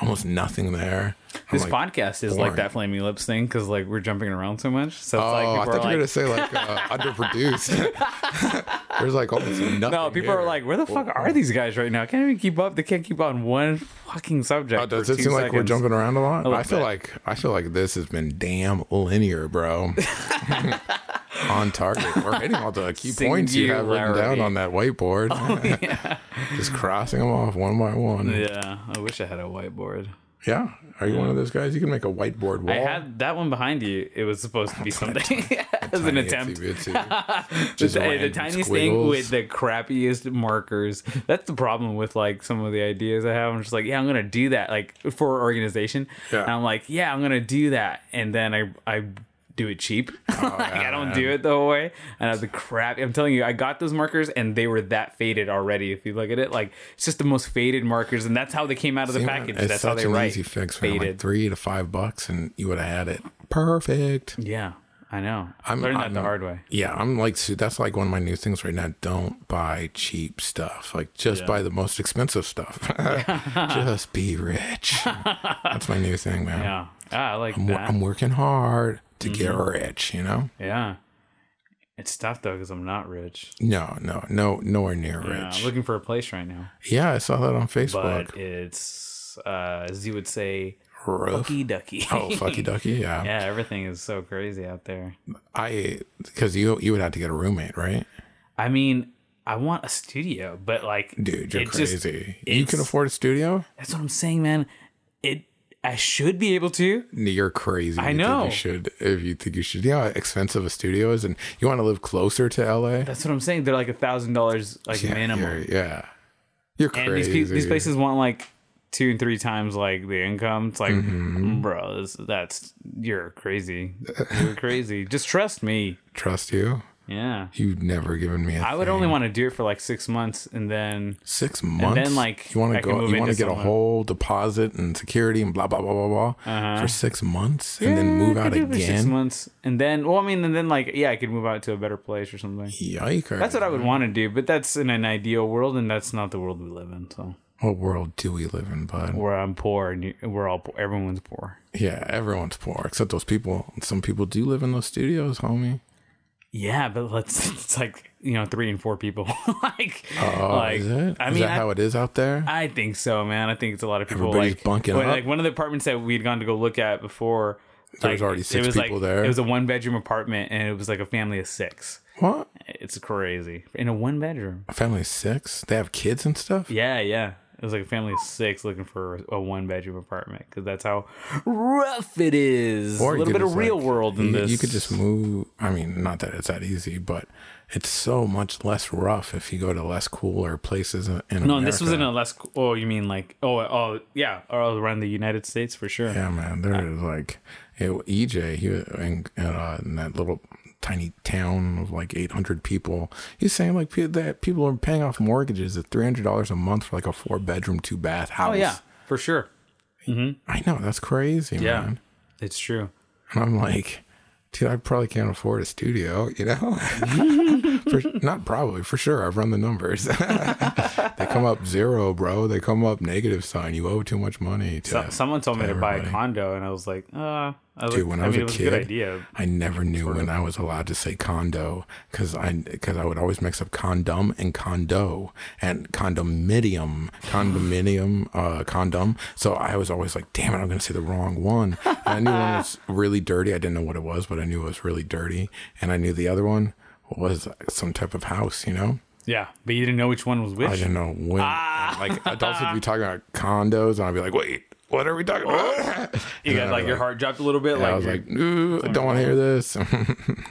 [SPEAKER 1] almost nothing there. I'm
[SPEAKER 2] This
[SPEAKER 1] like,
[SPEAKER 2] podcast is
[SPEAKER 1] boring.
[SPEAKER 2] like that flaming lips thing because like we're jumping around so much. So it's
[SPEAKER 1] Oh,
[SPEAKER 2] like
[SPEAKER 1] I
[SPEAKER 2] people
[SPEAKER 1] thought
[SPEAKER 2] are
[SPEAKER 1] you were gonna
[SPEAKER 2] like,
[SPEAKER 1] say like uh, underproduced. There's like almost nothing.
[SPEAKER 2] no, oh, people
[SPEAKER 1] here.
[SPEAKER 2] are like, where the fuck are these guys right now? I can't even keep up. They can't keep on one fucking subject.
[SPEAKER 1] Oh, does
[SPEAKER 2] for
[SPEAKER 1] it
[SPEAKER 2] two
[SPEAKER 1] seem like we're
[SPEAKER 2] seconds.
[SPEAKER 1] jumping around a lot? I
[SPEAKER 2] little
[SPEAKER 1] feel
[SPEAKER 2] bit.
[SPEAKER 1] like I feel like this has been damn linear, bro. on target. We're hitting all the key points you have written down
[SPEAKER 2] Singularity. Oh,
[SPEAKER 1] on that whiteboard. Just crossing them off one by one. Yeah.
[SPEAKER 2] Yeah, I wish I had a whiteboard.
[SPEAKER 1] Are you one of those guys? You can make a whiteboard wall.
[SPEAKER 2] I had that one behind you. It was supposed to be something as an
[SPEAKER 1] Tiny,
[SPEAKER 2] attempt.
[SPEAKER 1] itsy bitsy.
[SPEAKER 2] the,
[SPEAKER 1] Just
[SPEAKER 2] the
[SPEAKER 1] random
[SPEAKER 2] tiniest thing
[SPEAKER 1] squiggles.
[SPEAKER 2] with the crappiest markers. That's the problem with like some of the ideas I have. I'm just like, yeah, I'm gonna do that like for organization.
[SPEAKER 1] Yeah.
[SPEAKER 2] And I'm like, yeah, I'm gonna do that, and then I I do it cheap. like
[SPEAKER 1] yeah,
[SPEAKER 2] I don't
[SPEAKER 1] Oh, man.
[SPEAKER 2] do it the whole way. And I was the crap. I'm telling you, I got those markers and they were that faded already. If you look at it, like it's just the most faded markers, and that's how they came out of the
[SPEAKER 1] See, man,
[SPEAKER 2] package.
[SPEAKER 1] It's
[SPEAKER 2] That's
[SPEAKER 1] such
[SPEAKER 2] how they
[SPEAKER 1] an
[SPEAKER 2] write.
[SPEAKER 1] easy fix, man. Like
[SPEAKER 2] Faded.
[SPEAKER 1] three to five bucks, and you would have had it. Perfect.
[SPEAKER 2] yeah, I know. I
[SPEAKER 1] I'm-
[SPEAKER 2] learned
[SPEAKER 1] I'm-
[SPEAKER 2] that the hard way.
[SPEAKER 1] Yeah, I'm like so that's like one of my new things right now. Don't buy cheap stuff. Like just buy the most expensive stuff. just be rich. that's my new thing, man.
[SPEAKER 2] Yeah, Mm-hmm. ah, I like
[SPEAKER 1] I'm, wor-
[SPEAKER 2] that.
[SPEAKER 1] I'm working hard to get rich. You know?
[SPEAKER 2] Yeah. It's tough though because I'm not rich.
[SPEAKER 1] No, no, no, nowhere near
[SPEAKER 2] Yeah,
[SPEAKER 1] rich.
[SPEAKER 2] I'm
[SPEAKER 1] Yeah,
[SPEAKER 2] looking for a place right now,
[SPEAKER 1] I saw that on Facebook.
[SPEAKER 2] but it's uh, as you would say,
[SPEAKER 1] Rough.
[SPEAKER 2] ducky ducky.
[SPEAKER 1] Oh, fucky ducky. Yeah,
[SPEAKER 2] yeah, everything is so crazy out there.
[SPEAKER 1] I because you you would have to get a roommate, right?
[SPEAKER 2] I mean, I want a studio, but like,
[SPEAKER 1] Dude, you're
[SPEAKER 2] it just-
[SPEAKER 1] crazy. you can
[SPEAKER 2] it's-
[SPEAKER 1] afford a studio?
[SPEAKER 2] that's what I'm saying, man. It, I should be able to.
[SPEAKER 1] You're crazy. I
[SPEAKER 2] know.
[SPEAKER 1] you should if you think you should. You know how expensive a studio is, and you want to live closer to LA.
[SPEAKER 2] That's what I'm saying. They're like a thousand dollars, like
[SPEAKER 1] Yeah,
[SPEAKER 2] minimum.
[SPEAKER 1] you're- yeah, you're crazy.
[SPEAKER 2] and these, pe- these places want like two and three times like the income. It's like,
[SPEAKER 1] Mm-hmm.
[SPEAKER 2] bro, this, that's you're crazy. You're crazy. Just trust me.
[SPEAKER 1] Trust you.
[SPEAKER 2] Yeah,
[SPEAKER 1] You've never given me. A
[SPEAKER 2] I would only want to do it for like six months, and then
[SPEAKER 1] six months.
[SPEAKER 2] like,
[SPEAKER 1] you want
[SPEAKER 2] I
[SPEAKER 1] to
[SPEAKER 2] can
[SPEAKER 1] go,
[SPEAKER 2] move
[SPEAKER 1] you want to
[SPEAKER 2] into
[SPEAKER 1] get a
[SPEAKER 2] somewhere.
[SPEAKER 1] whole deposit and security and blah blah blah blah blah for six months, and then move
[SPEAKER 2] I
[SPEAKER 1] out
[SPEAKER 2] Uh-huh. could do it for Six
[SPEAKER 1] again.
[SPEAKER 2] months, and then well, I mean, and then like yeah, I could move out to a better place or something.
[SPEAKER 1] Yikers!
[SPEAKER 2] That's what I would want to do, but that's in an ideal world, and that's not the world we live in. So
[SPEAKER 1] What world do we live in, bud?
[SPEAKER 2] where I'm poor and you, we're all poor. everyone's poor.
[SPEAKER 1] Yeah, everyone's poor except those people. Some people do live in those studios, homie.
[SPEAKER 2] Yeah, but let's it's like you know three and four people. like,
[SPEAKER 1] Oh,
[SPEAKER 2] like
[SPEAKER 1] is it?
[SPEAKER 2] I
[SPEAKER 1] Is
[SPEAKER 2] mean,
[SPEAKER 1] that
[SPEAKER 2] I,
[SPEAKER 1] how it is out there?
[SPEAKER 2] I think so, man. I think it's a lot of people
[SPEAKER 1] Everybody's
[SPEAKER 2] like
[SPEAKER 1] bunking
[SPEAKER 2] when-
[SPEAKER 1] up.
[SPEAKER 2] Like one of the apartments that we'd gone to go look at before.
[SPEAKER 1] There was
[SPEAKER 2] like,
[SPEAKER 1] already six
[SPEAKER 2] it was
[SPEAKER 1] people
[SPEAKER 2] like,
[SPEAKER 1] there.
[SPEAKER 2] It was a one bedroom apartment, and it was like a family of six.
[SPEAKER 1] what?
[SPEAKER 2] It's crazy in a one bedroom.
[SPEAKER 1] A family of six? They have kids and stuff?
[SPEAKER 2] Yeah, yeah. It was like a family of six looking for a one bedroom apartment because that's how rough it is.
[SPEAKER 1] Or you
[SPEAKER 2] a little
[SPEAKER 1] could
[SPEAKER 2] bit of
[SPEAKER 1] just,
[SPEAKER 2] real
[SPEAKER 1] like,
[SPEAKER 2] world in
[SPEAKER 1] you,
[SPEAKER 2] this.
[SPEAKER 1] You could just move. I mean, not that it's that easy, but it's so much less rough if you go to less cooler places in in
[SPEAKER 2] No, this was in
[SPEAKER 1] America.
[SPEAKER 2] a less. Oh, you mean like oh oh yeah, or around the United States for sure.
[SPEAKER 1] Yeah, man. There is like it, EJ. He was in, in, uh, in that little tiny town of like 800 people. He's saying like pe- that people are paying off mortgages at 300 dollars a month for like a four bedroom, two bath house.
[SPEAKER 2] Oh yeah, for sure.
[SPEAKER 1] I know that's crazy,
[SPEAKER 2] Yeah,
[SPEAKER 1] man.
[SPEAKER 2] it's true.
[SPEAKER 1] And I'm like, dude, I probably can't afford a studio. You know, for, not probably for sure. I've run the numbers. they come up zero, bro. They come up negative sign. You owe too much money. To
[SPEAKER 2] So, someone told me to buy a
[SPEAKER 1] everybody.
[SPEAKER 2] condo, and I was like, uh, I was,
[SPEAKER 1] Dude, when I was
[SPEAKER 2] mean,
[SPEAKER 1] a
[SPEAKER 2] it was
[SPEAKER 1] kid,
[SPEAKER 2] a good idea.
[SPEAKER 1] I never knew when I was allowed to say condo because I because I would always mix up condom and condo and condominium, condominium, uh, condom. So I was always like, "Damn it, I'm gonna say the wrong one." And I knew one was really dirty. I didn't know what it was, but I knew it was really dirty, and I knew the other one was some type of house, you know.
[SPEAKER 2] Yeah, but you didn't know which one was
[SPEAKER 1] I
[SPEAKER 2] which.
[SPEAKER 1] didn't know when.
[SPEAKER 2] Ah.
[SPEAKER 1] and, Like adults would be talking about condos, and I'd be like, "Wait, what are we talking about?"
[SPEAKER 2] You
[SPEAKER 1] And
[SPEAKER 2] got
[SPEAKER 1] then
[SPEAKER 2] like
[SPEAKER 1] I
[SPEAKER 2] your heart dropped a little bit.
[SPEAKER 1] I
[SPEAKER 2] like,
[SPEAKER 1] was
[SPEAKER 2] you're-
[SPEAKER 1] like, "Ooh, I don't want to hear this.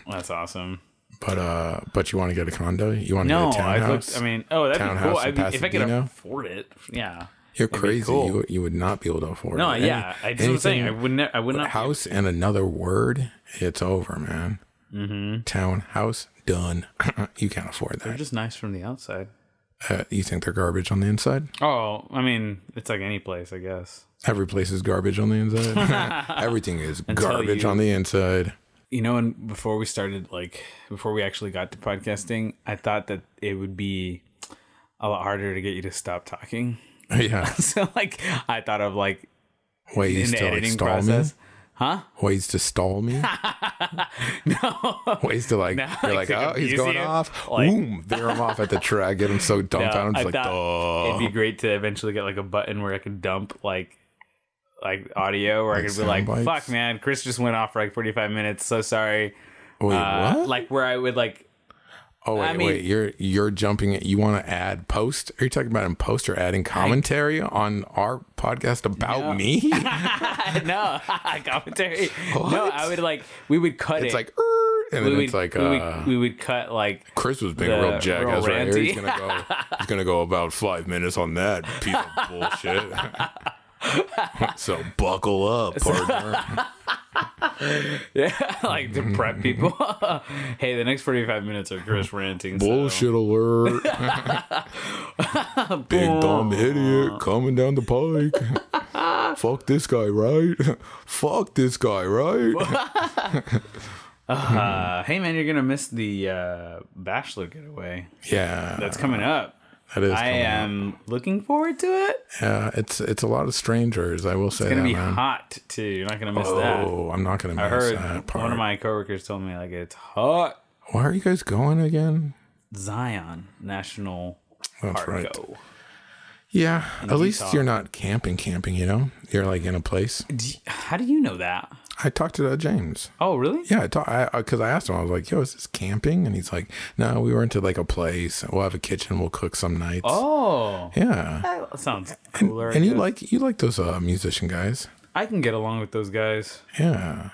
[SPEAKER 2] that's awesome.
[SPEAKER 1] But uh, but you want to get a condo? You want to
[SPEAKER 2] No,
[SPEAKER 1] get a
[SPEAKER 2] I
[SPEAKER 1] townhouse?
[SPEAKER 2] looked. I mean, oh, that'd be
[SPEAKER 1] Townhouse
[SPEAKER 2] cool.
[SPEAKER 1] in
[SPEAKER 2] I'd be, if I could
[SPEAKER 1] Pasadena?
[SPEAKER 2] afford it, yeah.
[SPEAKER 1] you're crazy.
[SPEAKER 2] cool.
[SPEAKER 1] You you would not be able to afford.
[SPEAKER 2] No,
[SPEAKER 1] it. Any-
[SPEAKER 2] yeah. I just was saying, I
[SPEAKER 1] anything-
[SPEAKER 2] would not. I would not.
[SPEAKER 1] house and another word, it's over, man. Mm-hmm. Townhouse done. you can't afford
[SPEAKER 2] they're
[SPEAKER 1] that.
[SPEAKER 2] just nice from the outside.
[SPEAKER 1] Uh, you think they're garbage on the inside?
[SPEAKER 2] Oh, I mean, it's like any place, I guess.
[SPEAKER 1] Every place is garbage on the inside. Everything is garbage
[SPEAKER 2] you-
[SPEAKER 1] on the inside.
[SPEAKER 2] you know and before we started like before we actually got to podcasting i thought that it would be a lot harder to get you to stop talking
[SPEAKER 1] Yeah.
[SPEAKER 2] so like i thought of like in
[SPEAKER 1] Ways
[SPEAKER 2] the
[SPEAKER 1] to like,
[SPEAKER 2] editing
[SPEAKER 1] stall
[SPEAKER 2] process
[SPEAKER 1] me. Ways to stall me.
[SPEAKER 2] no
[SPEAKER 1] Ways to like. you're like,
[SPEAKER 2] like, to
[SPEAKER 1] oh, he's
[SPEAKER 2] confuse
[SPEAKER 1] going
[SPEAKER 2] you.
[SPEAKER 1] off.
[SPEAKER 2] Like-
[SPEAKER 1] Boom! Veer him off at the track. Get him so dumbfounded. I'm
[SPEAKER 2] I
[SPEAKER 1] just like,
[SPEAKER 2] thought
[SPEAKER 1] duh.
[SPEAKER 2] it'd be great to eventually get like a button where i could dump like like audio where i could be
[SPEAKER 1] sound
[SPEAKER 2] like
[SPEAKER 1] bites?
[SPEAKER 2] fuck man chris just went off for like 45 minutes so sorry
[SPEAKER 1] Wait,
[SPEAKER 2] uh,
[SPEAKER 1] what?
[SPEAKER 2] like where i would like
[SPEAKER 1] oh, wait,
[SPEAKER 2] I mean-
[SPEAKER 1] wait. You're you're jumping. it. You want to add post? Are you talking about in post or adding commentary on our podcast about me?
[SPEAKER 2] no commentary no
[SPEAKER 1] What?
[SPEAKER 2] i would like we would cut
[SPEAKER 1] It's
[SPEAKER 2] it
[SPEAKER 1] like, "Er," and then
[SPEAKER 2] we would,
[SPEAKER 1] it's like,
[SPEAKER 2] we, would-
[SPEAKER 1] uh,
[SPEAKER 2] we would cut like
[SPEAKER 1] Chris was being
[SPEAKER 2] the
[SPEAKER 1] a real jackass
[SPEAKER 2] real
[SPEAKER 1] right here. He's
[SPEAKER 2] ranty.
[SPEAKER 1] gonna go. He's gonna go about five minutes on that piece of bullshit. so buckle up, partner.
[SPEAKER 2] yeah, like to prep people. hey, the next forty five minutes are Chris ranting. so-
[SPEAKER 1] bullshit alert. Big dumb idiot coming down the pike. Fuck this guy, right? Fuck this guy, right?
[SPEAKER 2] Uh, hey man, you're gonna miss the uh, Bachelor getaway.
[SPEAKER 1] Yeah,
[SPEAKER 2] That's coming up.
[SPEAKER 1] that is.
[SPEAKER 2] I
[SPEAKER 1] coming up.
[SPEAKER 2] am looking forward to it. It's
[SPEAKER 1] Yeah, it's it's a lot of strangers. I will say
[SPEAKER 2] gonna
[SPEAKER 1] that,
[SPEAKER 2] be
[SPEAKER 1] man.
[SPEAKER 2] hot too. You're not gonna miss that.
[SPEAKER 1] Oh, I'm not gonna miss
[SPEAKER 2] I heard
[SPEAKER 1] that part.
[SPEAKER 2] one of my coworkers told me like it's hot.
[SPEAKER 1] Why are you guys going again?
[SPEAKER 2] Zion National
[SPEAKER 1] That's
[SPEAKER 2] Park.
[SPEAKER 1] right.
[SPEAKER 2] Go.
[SPEAKER 1] Yeah, at least
[SPEAKER 2] Utah.
[SPEAKER 1] you're not camping, camping. You know, you're like in a place.
[SPEAKER 2] Do you- How do you know that?
[SPEAKER 1] I talked to uh, James.
[SPEAKER 2] Oh, really?
[SPEAKER 1] Yeah, I talked I, because I asked him. I was like, "Yo, is this camping?" And he's like, "No, we were into like a place. We'll have a kitchen. We'll cook some nights."
[SPEAKER 2] Oh,
[SPEAKER 1] Yeah,
[SPEAKER 2] that sounds cooler. I
[SPEAKER 1] and you
[SPEAKER 2] guess.
[SPEAKER 1] like you like those uh, musician guys.
[SPEAKER 2] I can get along with those guys.
[SPEAKER 1] Yeah.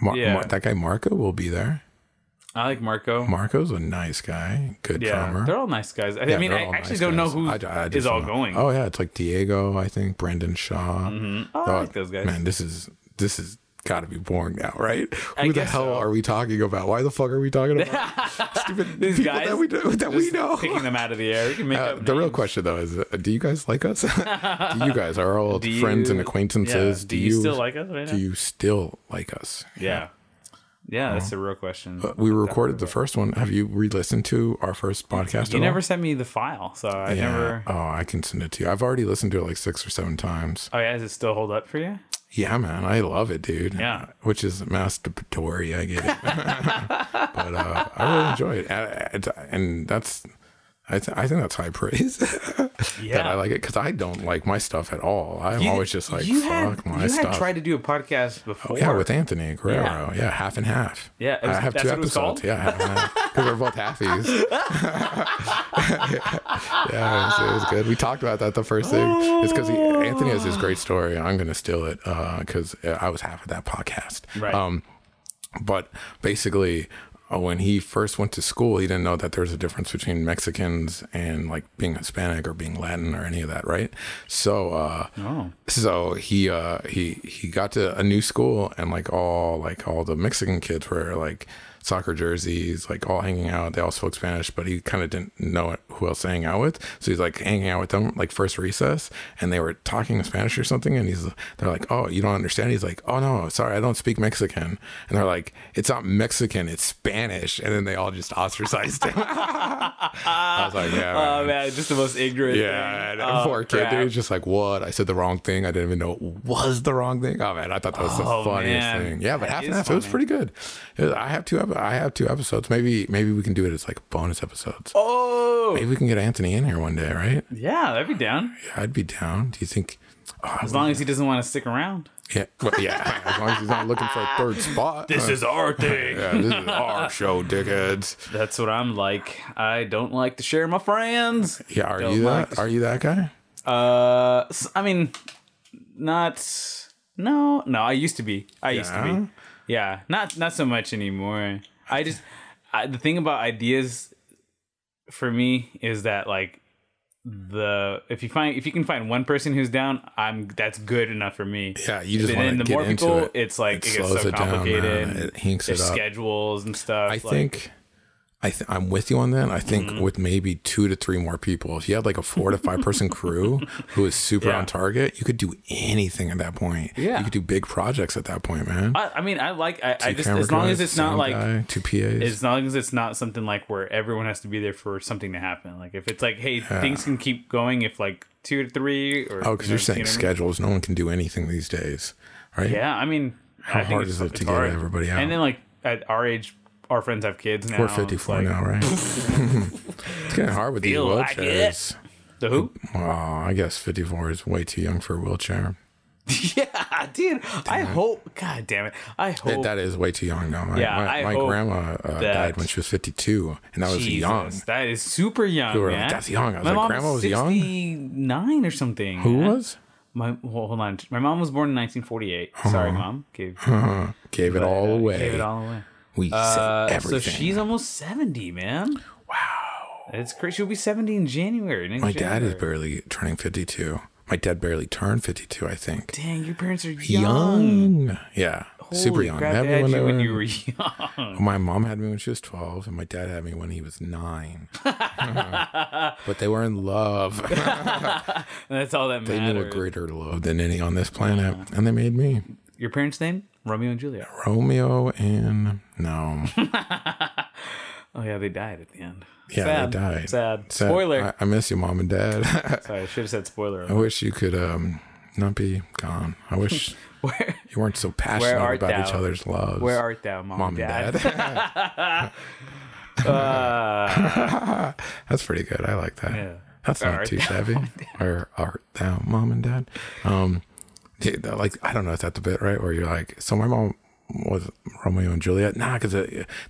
[SPEAKER 1] Mar-
[SPEAKER 2] Yeah.
[SPEAKER 1] Mar- that guy Marco will be there.
[SPEAKER 2] I like Marco.
[SPEAKER 1] Marco's a nice guy, good
[SPEAKER 2] Yeah,
[SPEAKER 1] drummer.
[SPEAKER 2] they're all nice guys. I
[SPEAKER 1] Yeah,
[SPEAKER 2] mean,
[SPEAKER 1] they're
[SPEAKER 2] I
[SPEAKER 1] all
[SPEAKER 2] actually
[SPEAKER 1] nice
[SPEAKER 2] don't know
[SPEAKER 1] guys.
[SPEAKER 2] who is
[SPEAKER 1] I ju- I just
[SPEAKER 2] all
[SPEAKER 1] don't know.
[SPEAKER 2] going.
[SPEAKER 1] Oh yeah, it's like Diego, I think Brandon Shaw.
[SPEAKER 2] Oh, I like those guys.
[SPEAKER 1] Man, this is this is got to be boring now, right? Who the
[SPEAKER 2] guess
[SPEAKER 1] hell
[SPEAKER 2] so.
[SPEAKER 1] are we talking about? Why the fuck are we talking about stupid
[SPEAKER 2] These
[SPEAKER 1] people
[SPEAKER 2] guys
[SPEAKER 1] that we do, that we know?
[SPEAKER 2] Picking them out of the air. We can make
[SPEAKER 1] Uh,
[SPEAKER 2] up
[SPEAKER 1] the real
[SPEAKER 2] names.
[SPEAKER 1] question though is, uh, do you guys like us? do you guys are all
[SPEAKER 2] Do
[SPEAKER 1] friends
[SPEAKER 2] you-
[SPEAKER 1] and acquaintances?
[SPEAKER 2] Yeah. Do, you, still like us right now?
[SPEAKER 1] Do you still like us?
[SPEAKER 2] yeah. Yeah, that's
[SPEAKER 1] Uh-huh.
[SPEAKER 2] the real question.
[SPEAKER 1] But we recorded the first one. Have you re-listened to our first podcast?
[SPEAKER 2] you
[SPEAKER 1] at
[SPEAKER 2] never sent me the file, so I
[SPEAKER 1] all? Yeah.
[SPEAKER 2] never.
[SPEAKER 1] Oh, I can send it to you. I've already listened to it like six or seven times.
[SPEAKER 2] Oh yeah, does it still hold up for you?
[SPEAKER 1] Yeah, man, I love it, dude.
[SPEAKER 2] Yeah.
[SPEAKER 1] which is masturbatory. I get it, but uh, I really enjoy it, and, and that's. I, th- I think that's high praise that
[SPEAKER 2] Yeah,
[SPEAKER 1] I like it because I don't like my stuff at all. I'm
[SPEAKER 2] You-
[SPEAKER 1] always just like,
[SPEAKER 2] you
[SPEAKER 1] fuck
[SPEAKER 2] had,
[SPEAKER 1] my
[SPEAKER 2] you
[SPEAKER 1] stuff. Oh,
[SPEAKER 2] had tried to do a podcast before.
[SPEAKER 1] yeah, with Anthony Guerrero. Yeah, half and half.
[SPEAKER 2] Yeah, it was-
[SPEAKER 1] I have
[SPEAKER 2] that's
[SPEAKER 1] two
[SPEAKER 2] what it was
[SPEAKER 1] episodes.
[SPEAKER 2] called?
[SPEAKER 1] Yeah, half and half. Because we're both halfies. yeah, it was, it was good. We talked about that the first thing. It's because Anthony has this great story. I'm going to steal it because I was half of that podcast.
[SPEAKER 2] Right.
[SPEAKER 1] Um, but basically, uh, when he first went to school, he didn't know that there was a difference between Mexicans and like being Hispanic or being Latin or any of that, right? So, uh, so he uh, he he got to a new school and like all like all the Mexican kids were like soccer jerseys, like all hanging out. They all spoke Spanish, but he kind of didn't know who else to hang out with. So he's like hanging out with them like first recess, and they were talking in Spanish or something. And he's they're like, "Oh, you don't understand." He's like, "Oh no, sorry, I don't speak Mexican." And they're like, "It's not Mexican, it's Spanish." And then they all just ostracized him. I was like, "Yeah." man."
[SPEAKER 2] Oh man, just the most ignorant.
[SPEAKER 1] Yeah, and
[SPEAKER 2] thing. Oh,
[SPEAKER 1] poor kid. Dude
[SPEAKER 2] crap.
[SPEAKER 1] was just like, "What? I said the wrong thing. I didn't even know it was the wrong thing." Oh man, I thought that was
[SPEAKER 2] Oh,
[SPEAKER 1] the funniest
[SPEAKER 2] man.
[SPEAKER 1] thing. Yeah, but
[SPEAKER 2] That
[SPEAKER 1] half and
[SPEAKER 2] is
[SPEAKER 1] half, it was
[SPEAKER 2] funny.
[SPEAKER 1] pretty good. It was- I have two. ep- I have two episodes. Maybe maybe we can do it as like bonus episodes.
[SPEAKER 2] Oh
[SPEAKER 1] Maybe we can get Anthony in here one day, right?
[SPEAKER 2] yeah, that'd be down.
[SPEAKER 1] Yeah, I'd be down. Do you think? Oh,
[SPEAKER 2] As long as he doesn't want to stick around.
[SPEAKER 1] yeah, well, yeah. As long as he's not looking for a third spot.
[SPEAKER 2] This
[SPEAKER 1] Uh,
[SPEAKER 2] is our thing.
[SPEAKER 1] yeah, this is our show, dickheads.
[SPEAKER 2] That's what I'm like. I don't like to share my friends.
[SPEAKER 1] Yeah, are
[SPEAKER 2] Don't
[SPEAKER 1] you
[SPEAKER 2] like
[SPEAKER 1] that? Are you that guy?
[SPEAKER 2] Uh, s- I mean, not. No, no. I used to be. I used to
[SPEAKER 1] Yeah?
[SPEAKER 2] be. Yeah, not not so much anymore. I just I, the thing about ideas for me is that like the if you find if you can find one person who's down, I'm that's good enough for me.
[SPEAKER 1] Yeah, you just
[SPEAKER 2] But
[SPEAKER 1] want
[SPEAKER 2] then
[SPEAKER 1] to
[SPEAKER 2] the
[SPEAKER 1] get
[SPEAKER 2] more
[SPEAKER 1] into
[SPEAKER 2] people,
[SPEAKER 1] it.
[SPEAKER 2] it's like it, gets
[SPEAKER 1] slows
[SPEAKER 2] so
[SPEAKER 1] it down, man.
[SPEAKER 2] complicated.
[SPEAKER 1] It hinks
[SPEAKER 2] There's
[SPEAKER 1] it up.
[SPEAKER 2] schedules and stuff.
[SPEAKER 1] I
[SPEAKER 2] like- Mm-hmm.
[SPEAKER 1] think I th- I'm with you on that. I think with maybe two to three more people, if you had like a four to five person crew who is super
[SPEAKER 2] Yeah.
[SPEAKER 1] on target, you could do anything at that point.
[SPEAKER 2] Yeah.
[SPEAKER 1] you could do big projects at that point, man.
[SPEAKER 2] I, I mean, I like. I, I
[SPEAKER 1] Two
[SPEAKER 2] just
[SPEAKER 1] camera
[SPEAKER 2] as long
[SPEAKER 1] guys,
[SPEAKER 2] as it's not
[SPEAKER 1] sound
[SPEAKER 2] like
[SPEAKER 1] guy, two PAs.
[SPEAKER 2] as long as it's not something like where everyone has to be there for something to happen. Like if it's like, hey, things can keep going if like two to three or
[SPEAKER 1] oh, because
[SPEAKER 2] you know,
[SPEAKER 1] you're saying
[SPEAKER 2] you know what I mean?
[SPEAKER 1] schedules. No one can do anything these days, right?
[SPEAKER 2] Yeah, I mean, how
[SPEAKER 1] hard is it to get everybody out?
[SPEAKER 2] And then like at our age, our friends have kids now.
[SPEAKER 1] We're 54
[SPEAKER 2] Like,
[SPEAKER 1] now, right? it's getting hard with these
[SPEAKER 2] Feel like it.
[SPEAKER 1] wheelchairs.
[SPEAKER 2] The who?
[SPEAKER 1] oh, I guess 54 is way too young for a wheelchair.
[SPEAKER 2] yeah, dude. I hope. God damn it. I hope.
[SPEAKER 1] That- that is way too young, though. My,
[SPEAKER 2] Yeah,
[SPEAKER 1] my,
[SPEAKER 2] I
[SPEAKER 1] my
[SPEAKER 2] hope
[SPEAKER 1] grandma uh,
[SPEAKER 2] that-
[SPEAKER 1] died when she was 52, and that was
[SPEAKER 2] Jesus,
[SPEAKER 1] young.
[SPEAKER 2] That is super young.
[SPEAKER 1] were like,
[SPEAKER 2] man.
[SPEAKER 1] "That's young." I was
[SPEAKER 2] My
[SPEAKER 1] like,
[SPEAKER 2] mom
[SPEAKER 1] "Grandma was young?"
[SPEAKER 2] 69 or something.
[SPEAKER 1] Who
[SPEAKER 2] man.
[SPEAKER 1] was?
[SPEAKER 2] My well, hold on. My mom was born in 1948. Sorry, mom. Gave,
[SPEAKER 1] Gave it all away.
[SPEAKER 2] Gave it all away.
[SPEAKER 1] We
[SPEAKER 2] Uh,
[SPEAKER 1] said
[SPEAKER 2] so
[SPEAKER 1] everything.
[SPEAKER 2] she's almost 70, man. Wow. It's crazy. She'll be 70 in January. next
[SPEAKER 1] My dad is
[SPEAKER 2] January.
[SPEAKER 1] barely turning 52. My dad barely turned 52, I think.
[SPEAKER 2] Dang, your parents are young.
[SPEAKER 1] Young. Yeah. super
[SPEAKER 2] Holy
[SPEAKER 1] young.
[SPEAKER 2] crap,
[SPEAKER 1] Had me
[SPEAKER 2] they had
[SPEAKER 1] when
[SPEAKER 2] you
[SPEAKER 1] they
[SPEAKER 2] when
[SPEAKER 1] were-
[SPEAKER 2] you were young.
[SPEAKER 1] my mom had me when she was 12, and my dad had me when he was nine. but they were in love.
[SPEAKER 2] And that's all that matters.
[SPEAKER 1] they knew a greater love than any on this planet, and they made me.
[SPEAKER 2] Your parents' name? Romeo and Juliet.
[SPEAKER 1] Romeo and no,
[SPEAKER 2] Oh, yeah, they died at the end.
[SPEAKER 1] yeah,
[SPEAKER 2] Sad.
[SPEAKER 1] they died.
[SPEAKER 2] Sad.
[SPEAKER 1] Sad.
[SPEAKER 2] Spoiler.
[SPEAKER 1] I, I miss you, mom and dad.
[SPEAKER 2] Sorry, I should have said spoiler.
[SPEAKER 1] I
[SPEAKER 2] alert.
[SPEAKER 1] wish you could um not be gone. I wish
[SPEAKER 2] Where,
[SPEAKER 1] you weren't so passionate
[SPEAKER 2] art
[SPEAKER 1] about each
[SPEAKER 2] thou?
[SPEAKER 1] other's loves.
[SPEAKER 2] where art thou, mom,
[SPEAKER 1] mom
[SPEAKER 2] and dad?
[SPEAKER 1] and dad?
[SPEAKER 2] Uh,
[SPEAKER 1] That's pretty good. I like that.
[SPEAKER 2] Yeah.
[SPEAKER 1] That's
[SPEAKER 2] Where
[SPEAKER 1] not
[SPEAKER 2] art
[SPEAKER 1] too
[SPEAKER 2] thou,
[SPEAKER 1] shabby. Where art thou, mom and dad? Um, dude, that, like I don't know. Is that the bit right where you're like, so my mom was Romeo and Juliet? Nah, because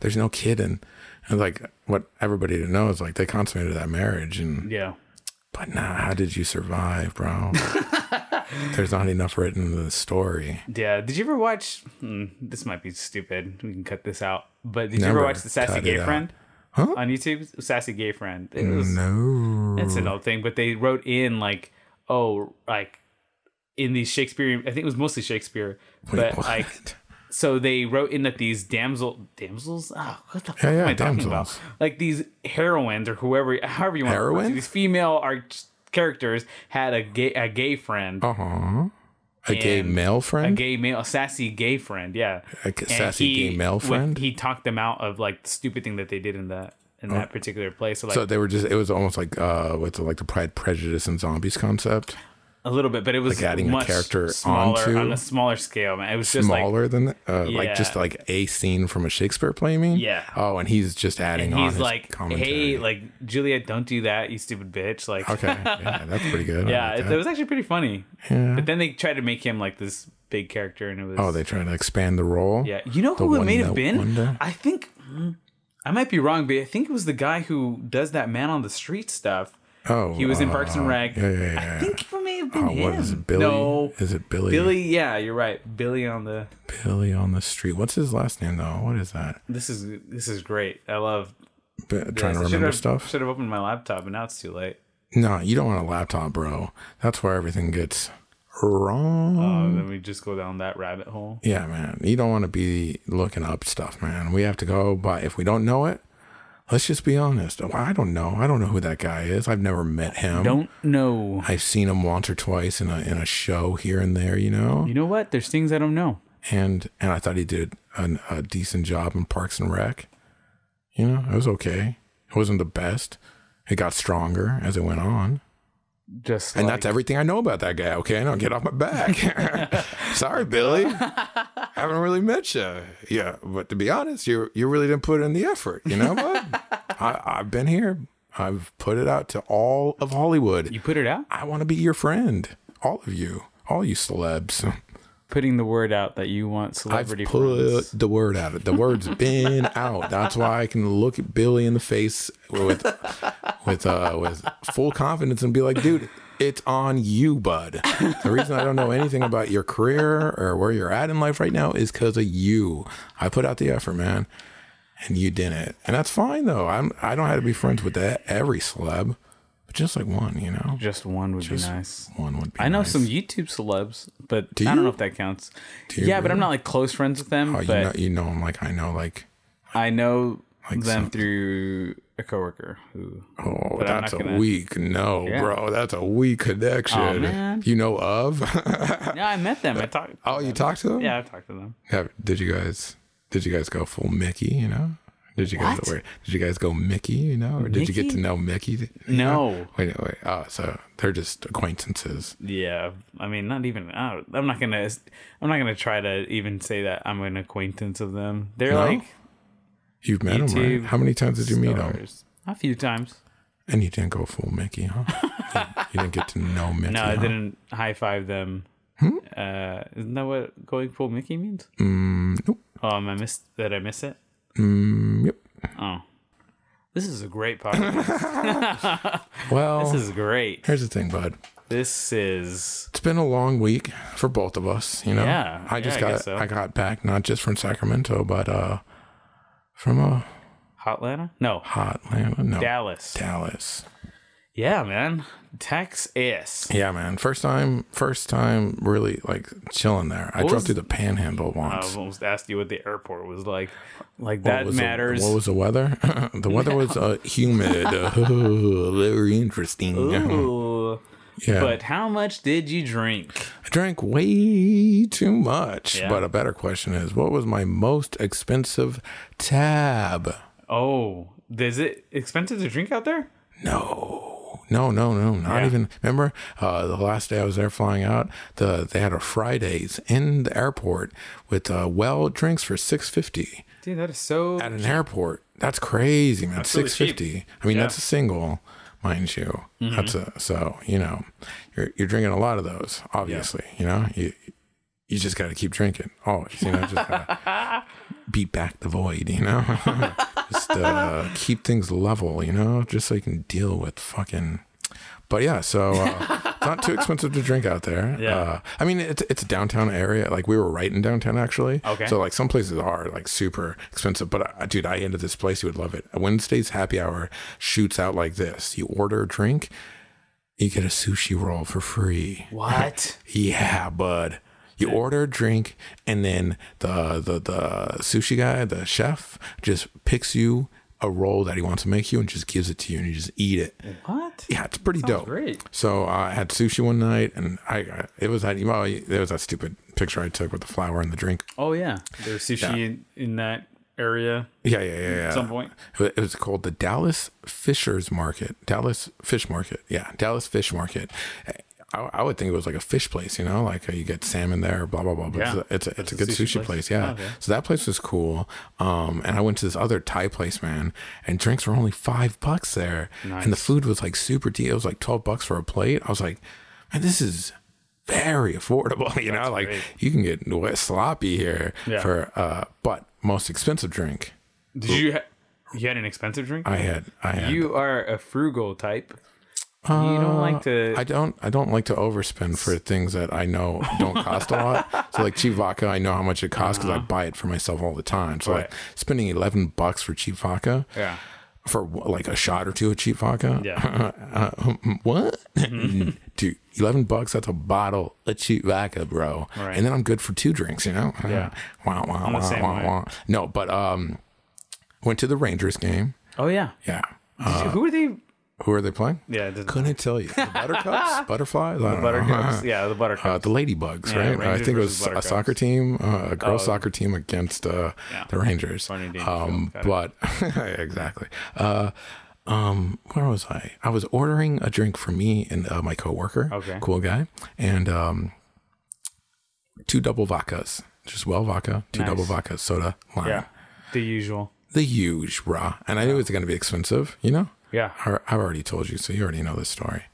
[SPEAKER 1] there's no kid and. And like what everybody didn't know is like they consummated that marriage and
[SPEAKER 2] yeah.
[SPEAKER 1] But nah, how did you survive, bro? There's not enough written in the story.
[SPEAKER 2] Yeah. Did you ever watch? Hmm, this might be stupid. We can cut this out. But did you
[SPEAKER 1] Never
[SPEAKER 2] ever watch the Sassy
[SPEAKER 1] cut
[SPEAKER 2] Gay
[SPEAKER 1] it out.
[SPEAKER 2] Friend on YouTube? Sassy Gay Friend. It was
[SPEAKER 1] No.
[SPEAKER 2] it's an old thing, but they wrote in like, oh, like in these Shakespearean. I think it was mostly Shakespeare, but
[SPEAKER 1] what?
[SPEAKER 2] like so they wrote in that these damsel damsels. Oh, what the fuck
[SPEAKER 1] yeah,
[SPEAKER 2] am I talking about?
[SPEAKER 1] damsels.
[SPEAKER 2] Like these heroines or whoever, however you want. to refer to
[SPEAKER 1] Heroine? Oh.
[SPEAKER 2] These female arch characters had a gay a gay friend.
[SPEAKER 1] uh huh. A gay
[SPEAKER 2] and
[SPEAKER 1] male
[SPEAKER 2] a
[SPEAKER 1] friend?
[SPEAKER 2] gay male, a sassy gay friend, yeah,
[SPEAKER 1] A g-
[SPEAKER 2] And
[SPEAKER 1] sassy gay male
[SPEAKER 2] when-
[SPEAKER 1] friend? Oh.
[SPEAKER 2] He talked them out of like the stupid thing that they did in that in that particular place. So like
[SPEAKER 1] so they were just, it was almost like, uh, what's it like the Pride, Prejudice, and Zombies concept?
[SPEAKER 2] a little bit, but it was
[SPEAKER 1] Like adding a
[SPEAKER 2] much
[SPEAKER 1] character
[SPEAKER 2] smaller
[SPEAKER 1] onto-
[SPEAKER 2] on a smaller scale. Man, it was just like
[SPEAKER 1] Smaller than, that? uh, like just
[SPEAKER 2] Yeah.
[SPEAKER 1] like a scene from a Shakespeare play, you mean?
[SPEAKER 2] Yeah.
[SPEAKER 1] Oh, and he's just adding
[SPEAKER 2] and
[SPEAKER 1] on.
[SPEAKER 2] he's
[SPEAKER 1] his
[SPEAKER 2] like,
[SPEAKER 1] commentary.
[SPEAKER 2] "Hey, like Juliet, don't do that, you stupid bitch!" Like,
[SPEAKER 1] okay. Yeah, that's pretty good. I
[SPEAKER 2] yeah,
[SPEAKER 1] like
[SPEAKER 2] it,
[SPEAKER 1] that.
[SPEAKER 2] it was actually pretty funny.
[SPEAKER 1] Yeah.
[SPEAKER 2] But then they tried to make him like this big character, and it was
[SPEAKER 1] Oh, they trying to expand the role.
[SPEAKER 2] yeah. You know who it
[SPEAKER 1] one
[SPEAKER 2] may have
[SPEAKER 1] note
[SPEAKER 2] been?
[SPEAKER 1] wonder?
[SPEAKER 2] I think I might be wrong, but I think it was the guy who does that man on the street stuff.
[SPEAKER 1] Oh,
[SPEAKER 2] He was in Parks and
[SPEAKER 1] uh,
[SPEAKER 2] Rec.
[SPEAKER 1] Yeah, yeah, yeah.
[SPEAKER 2] I think it may have been
[SPEAKER 1] oh,
[SPEAKER 2] him.
[SPEAKER 1] what is it, Billy?
[SPEAKER 2] No,
[SPEAKER 1] Is it Billy?
[SPEAKER 2] Billy. Yeah, you're right. Billy on the.
[SPEAKER 1] Billy on the street. What's his last name though? What is that?
[SPEAKER 2] This is this is great. I love.
[SPEAKER 1] B- trying to remember stuff.
[SPEAKER 2] Should have opened my laptop, but now it's too late.
[SPEAKER 1] No, you don't want a laptop, bro. That's where everything gets wrong.
[SPEAKER 2] Oh, then we just go down that rabbit hole.
[SPEAKER 1] yeah, man. You don't want to be looking up stuff, man. We have to go by if we don't know it. Let's just be honest. Oh, I don't know. I don't know who that guy is. I've never met him.
[SPEAKER 2] Don't know.
[SPEAKER 1] I've seen him once or twice in a in a show here and there, you know.
[SPEAKER 2] You know what? There's things I don't know.
[SPEAKER 1] and and I thought he did an, a decent job in Parks and Rec. You know, it was okay. It wasn't the best. It got stronger as it went on,
[SPEAKER 2] Just
[SPEAKER 1] and
[SPEAKER 2] like,
[SPEAKER 1] that's everything I know about that guy. Okay, now get off my back. Sorry, Billy. Haven't really met you. Yeah, but to be honest, you you really didn't put in the effort. You know, bud? I, I've been here. I've put it out to all of Hollywood.
[SPEAKER 2] you put it out,
[SPEAKER 1] I want to be your friend, all of you, all you celebs.
[SPEAKER 2] putting the word out that you want
[SPEAKER 1] I've
[SPEAKER 2] celebrity
[SPEAKER 1] put
[SPEAKER 2] friends.
[SPEAKER 1] the word out. The word's been out. That's why I can look at Billy in the face with with uh, with full confidence and be like, dude, it's on you, bud. The reason I don't know anything about your career or where you're at in life right now is because of you. I put out the effort, man, and you didn't, and that's fine though. I'm I don't have to be friends with that every celeb, but just like one, you know,
[SPEAKER 2] Just one would be nice.
[SPEAKER 1] one would be.
[SPEAKER 2] I know
[SPEAKER 1] nice.
[SPEAKER 2] some YouTube celebs, but I don't know if that counts.
[SPEAKER 1] you
[SPEAKER 2] yeah, but I'm not like close friends with them.
[SPEAKER 1] Oh, you
[SPEAKER 2] but
[SPEAKER 1] know, you know, I'm like I know, like
[SPEAKER 2] I know them
[SPEAKER 1] some-
[SPEAKER 2] through a coworker who.
[SPEAKER 1] Oh,
[SPEAKER 2] But I'm
[SPEAKER 1] that's a
[SPEAKER 2] not gonna-
[SPEAKER 1] weak no, bro. That's a weak connection.
[SPEAKER 2] Aw, man.
[SPEAKER 1] You know of?
[SPEAKER 2] Yeah, I met them. I talked.
[SPEAKER 1] oh, you talked to him?
[SPEAKER 2] Yeah, I talked to them.
[SPEAKER 1] Have- did you guys? Did you guys go full Mickey? You know? Did you guys?
[SPEAKER 2] What?
[SPEAKER 1] Where, did you guys go Mickey? You know? Or did you get
[SPEAKER 2] Mickey?
[SPEAKER 1] to know Mickey?
[SPEAKER 2] No.
[SPEAKER 1] Wait, wait. Oh, so they're just acquaintances.
[SPEAKER 2] Yeah, I mean, not even. I don't- I'm not gonna. I'm not gonna try to even say that I'm an acquaintance of them. They're
[SPEAKER 1] No?
[SPEAKER 2] like
[SPEAKER 1] You've met him, right?
[SPEAKER 2] YouTube
[SPEAKER 1] How many times did you meet him?
[SPEAKER 2] stars. a few times.
[SPEAKER 1] And you didn't go full Mickey, huh? you, you didn't get to know Mickey.
[SPEAKER 2] No, I
[SPEAKER 1] huh? Hmm?
[SPEAKER 2] didn't high five them. Uh, isn't that what going full Mickey means?
[SPEAKER 1] Mm, nope.
[SPEAKER 2] Oh, am I miss? Did I miss it?
[SPEAKER 1] Mm, yep.
[SPEAKER 2] Oh, this is a great podcast.
[SPEAKER 1] Well,
[SPEAKER 2] this is great.
[SPEAKER 1] here's the thing, bud.
[SPEAKER 2] This is
[SPEAKER 1] it's been a long week for both of us you know
[SPEAKER 2] Yeah,
[SPEAKER 1] i just
[SPEAKER 2] yeah,
[SPEAKER 1] got
[SPEAKER 2] I
[SPEAKER 1] I,
[SPEAKER 2] guess so.
[SPEAKER 1] got back not just from sacramento but uh from a
[SPEAKER 2] Hotlanta. No,
[SPEAKER 1] hot Atlanta, no
[SPEAKER 2] Dallas.
[SPEAKER 1] dallas
[SPEAKER 2] Yeah, man. Texas.
[SPEAKER 1] yeah man first time first time really like chilling there i drove
[SPEAKER 2] was-
[SPEAKER 1] through the panhandle
[SPEAKER 2] I
[SPEAKER 1] once
[SPEAKER 2] almost asked you what the airport was like. Like
[SPEAKER 1] What
[SPEAKER 2] that
[SPEAKER 1] was the-
[SPEAKER 2] matters.
[SPEAKER 1] what was the weather? the weather was uh, humid. Oh, very interesting.
[SPEAKER 2] Ooh.
[SPEAKER 1] Yeah.
[SPEAKER 2] But how much did you drink?
[SPEAKER 1] I drank way too much.
[SPEAKER 2] Yeah.
[SPEAKER 1] But a better question is what was my most expensive tab?
[SPEAKER 2] Oh, is it expensive to drink out there?
[SPEAKER 1] No, no, no, no, not
[SPEAKER 2] Yeah.
[SPEAKER 1] even. Remember uh, the last day I was there flying out, the they had a Fridays in the airport with uh, well drinks for six fifty
[SPEAKER 2] Dude, that is so.
[SPEAKER 1] at an airport. That's crazy, man.
[SPEAKER 2] really
[SPEAKER 1] Six fifty. I mean, that's a single, mind you.
[SPEAKER 2] Mm-hmm.
[SPEAKER 1] That's a so you know, you're you're drinking a lot of those. Obviously, you know you. You just got to keep drinking always, you know. Just gotta beat back the void, you know. just uh, keep things level, you know, just so you can deal with fucking. But yeah, so uh, it's not too expensive to drink out there.
[SPEAKER 2] Yeah.
[SPEAKER 1] Uh, I mean, it's it's a downtown area. Like we were right in downtown actually.
[SPEAKER 2] Okay.
[SPEAKER 1] So like some places are like super expensive, but uh, dude, I ended this place. You would love it. Wednesday's happy hour shoots out like this. You order a drink, you get a sushi roll for free.
[SPEAKER 2] What?
[SPEAKER 1] Yeah, bud. You order a drink, and then the the the sushi guy, the chef, just picks you a roll that he wants to make you and just gives it to you and you just eat it.
[SPEAKER 2] What?
[SPEAKER 1] Yeah, it's pretty
[SPEAKER 2] Sounds
[SPEAKER 1] dope.
[SPEAKER 2] great.
[SPEAKER 1] So uh, I had sushi one night and I- I it was that well there was that stupid picture I took with the flower and the drink.
[SPEAKER 2] Oh yeah, there's sushi in, in that area
[SPEAKER 1] Yeah, yeah, yeah. yeah.
[SPEAKER 2] at some point.
[SPEAKER 1] It was called the Dallas Fishers Market. Dallas Fish Market. Yeah, Dallas Fish Market. I, I would think it was like a fish place, you know, like uh, you get salmon there, blah blah blah. But
[SPEAKER 2] Yeah.
[SPEAKER 1] it's a, it's a, it's a good sushi, place. Yeah.
[SPEAKER 2] Oh, okay.
[SPEAKER 1] So that place was cool. Um, and I went to this other Thai place, man, and drinks were only five bucks there, and the food was like super deal. It was like twelve bucks for a plate. I was like, man, this is very affordable. You know, like
[SPEAKER 2] great.
[SPEAKER 1] you can get wet sloppy here
[SPEAKER 2] Yeah.
[SPEAKER 1] for uh, but most expensive drink.
[SPEAKER 2] Did you ha- you had an expensive drink?
[SPEAKER 1] I had I had Uh,
[SPEAKER 2] you are a frugal type. you don't like to.
[SPEAKER 1] I don't. I don't like to overspend for things that I know don't cost a lot. So like cheap vodka, I know how much it costs because I buy it for myself all the time. So
[SPEAKER 2] Uh-huh. Right.
[SPEAKER 1] like spending eleven bucks for cheap vodka,
[SPEAKER 2] yeah.
[SPEAKER 1] for wh- like a shot or two of cheap vodka.
[SPEAKER 2] Yeah. Mm-hmm.
[SPEAKER 1] Uh, what? Dude, eleven bucks. That's a bottle of cheap vodka, bro.
[SPEAKER 2] Right.
[SPEAKER 1] And then I'm good for two drinks. You know.
[SPEAKER 2] Yeah.
[SPEAKER 1] wow. Wow.
[SPEAKER 2] the
[SPEAKER 1] Wow.
[SPEAKER 2] same way.
[SPEAKER 1] Wow. Wow. No, but um, went to the Rangers game.
[SPEAKER 2] Oh yeah.
[SPEAKER 1] Yeah.
[SPEAKER 2] Who are they?
[SPEAKER 1] Who are they playing?
[SPEAKER 2] Yeah. The,
[SPEAKER 1] Uh, Couldn't tell you. The buttercups, butterflies, the
[SPEAKER 2] buttercups. yeah, the buttercups.
[SPEAKER 1] uh, the Ladybugs, right? I
[SPEAKER 2] Rangers
[SPEAKER 1] think it was
[SPEAKER 2] versus
[SPEAKER 1] a
[SPEAKER 2] Buttercups. Oh,
[SPEAKER 1] soccer team, uh, a girls' soccer team against uh, the Rangers.
[SPEAKER 2] Barney Dangerfield,
[SPEAKER 1] Um,
[SPEAKER 2] got it.
[SPEAKER 1] but exactly. Uh, um, where was I? I was ordering a drink for me and uh, my coworker,
[SPEAKER 2] Okay.
[SPEAKER 1] cool guy, and um, two double vodkas, just well vodka, two double vodkas, soda, lime,
[SPEAKER 2] yeah. The usual.
[SPEAKER 1] the huge raw. And I knew it was going to be expensive, you know.
[SPEAKER 2] Yeah.
[SPEAKER 1] I, I've already told you, so you already know this story.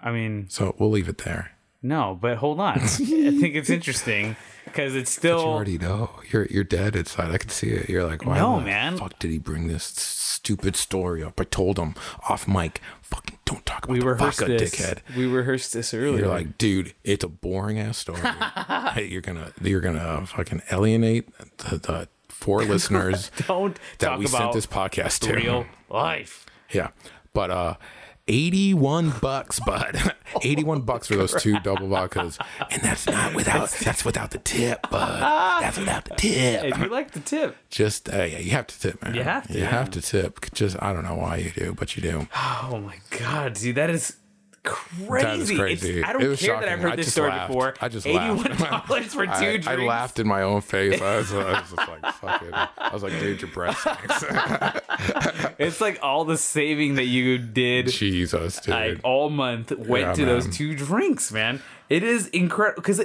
[SPEAKER 2] I mean,
[SPEAKER 1] So we'll leave it there.
[SPEAKER 2] no, but hold on. I think it's interesting because it's
[SPEAKER 1] You
[SPEAKER 2] still.
[SPEAKER 1] already know. You're you're dead inside. I can see it. You're like, why
[SPEAKER 2] No,
[SPEAKER 1] the
[SPEAKER 2] man.
[SPEAKER 1] fuck did he bring this stupid story up? I told him off mic, fucking don't talk about
[SPEAKER 2] We
[SPEAKER 1] the
[SPEAKER 2] rehearsed
[SPEAKER 1] vodka,
[SPEAKER 2] this.
[SPEAKER 1] dickhead.
[SPEAKER 2] We rehearsed this earlier.
[SPEAKER 1] You're like, dude, it's a boring ass story. Hey, you're gonna you're gonna uh, fucking alienate the, the four listeners
[SPEAKER 2] don't
[SPEAKER 1] that
[SPEAKER 2] talk
[SPEAKER 1] we sent
[SPEAKER 2] about
[SPEAKER 1] this podcast to.
[SPEAKER 2] real life.
[SPEAKER 1] Yeah. But uh 81 bucks, bud. 81 bucks for those two double vodkas. And that's not without that's without the tip, bud. That's without the tip.
[SPEAKER 2] If you like the tip,
[SPEAKER 1] Just uh, yeah, you have to tip, man.
[SPEAKER 2] You have to,
[SPEAKER 1] You
[SPEAKER 2] yeah.
[SPEAKER 1] have to tip. Just I don't know why you do, but you do.
[SPEAKER 2] Oh my god, dude, that is crazy. It's-
[SPEAKER 1] crazy.
[SPEAKER 2] I don't
[SPEAKER 1] It
[SPEAKER 2] care
[SPEAKER 1] was
[SPEAKER 2] that I've
[SPEAKER 1] shocking.
[SPEAKER 2] heard
[SPEAKER 1] I
[SPEAKER 2] this
[SPEAKER 1] just
[SPEAKER 2] story
[SPEAKER 1] laughed.
[SPEAKER 2] before.
[SPEAKER 1] I just
[SPEAKER 2] eighty-one dollars for two
[SPEAKER 1] I,
[SPEAKER 2] drinks.
[SPEAKER 1] I laughed in my own face. I was, I was just like, fuck it. I was like, dude, your breath stinks.
[SPEAKER 2] It's like all the saving that you did
[SPEAKER 1] Jesus, dude.
[SPEAKER 2] like all month went
[SPEAKER 1] Yeah,
[SPEAKER 2] to those
[SPEAKER 1] man.
[SPEAKER 2] two drinks, man. It is incredible because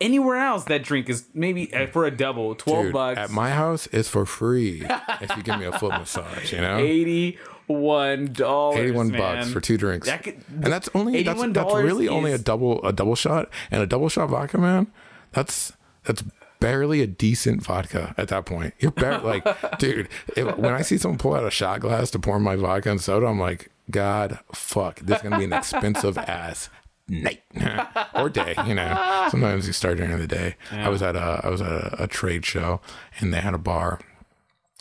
[SPEAKER 2] anywhere else that drink is maybe uh, for a double twelve
[SPEAKER 1] Dude,
[SPEAKER 2] bucks.
[SPEAKER 1] At my house, it's for free if you give me a foot massage. You know,
[SPEAKER 2] eighty-one dollars.
[SPEAKER 1] eighty-one bucks for two drinks,
[SPEAKER 2] That could-
[SPEAKER 1] and that's only that's, that's
[SPEAKER 2] $81
[SPEAKER 1] really only a
[SPEAKER 2] is-
[SPEAKER 1] double a double shot and a double shot vodka, man. That's that's barely a decent vodka at that point. You're barely like, dude. If, when I see someone pull out a shot glass to pour my vodka and soda, I'm like, God, fuck, this is gonna be an expensive ass night or day you know sometimes you start during the day i was at a i was at a, a trade show and they had a bar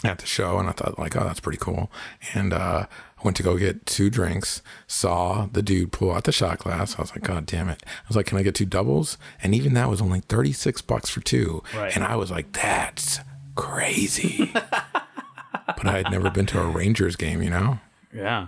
[SPEAKER 1] at the show and I thought like, oh, that's pretty cool. And uh I went to go get two drinks, saw the dude pull out the shot glass. I was like, God damn it. I was like, Can I get two doubles? And even that was only thirty six bucks for two.
[SPEAKER 2] Right.
[SPEAKER 1] And I was like, That's crazy. but I had never been to a Rangers game, you know?
[SPEAKER 2] Yeah.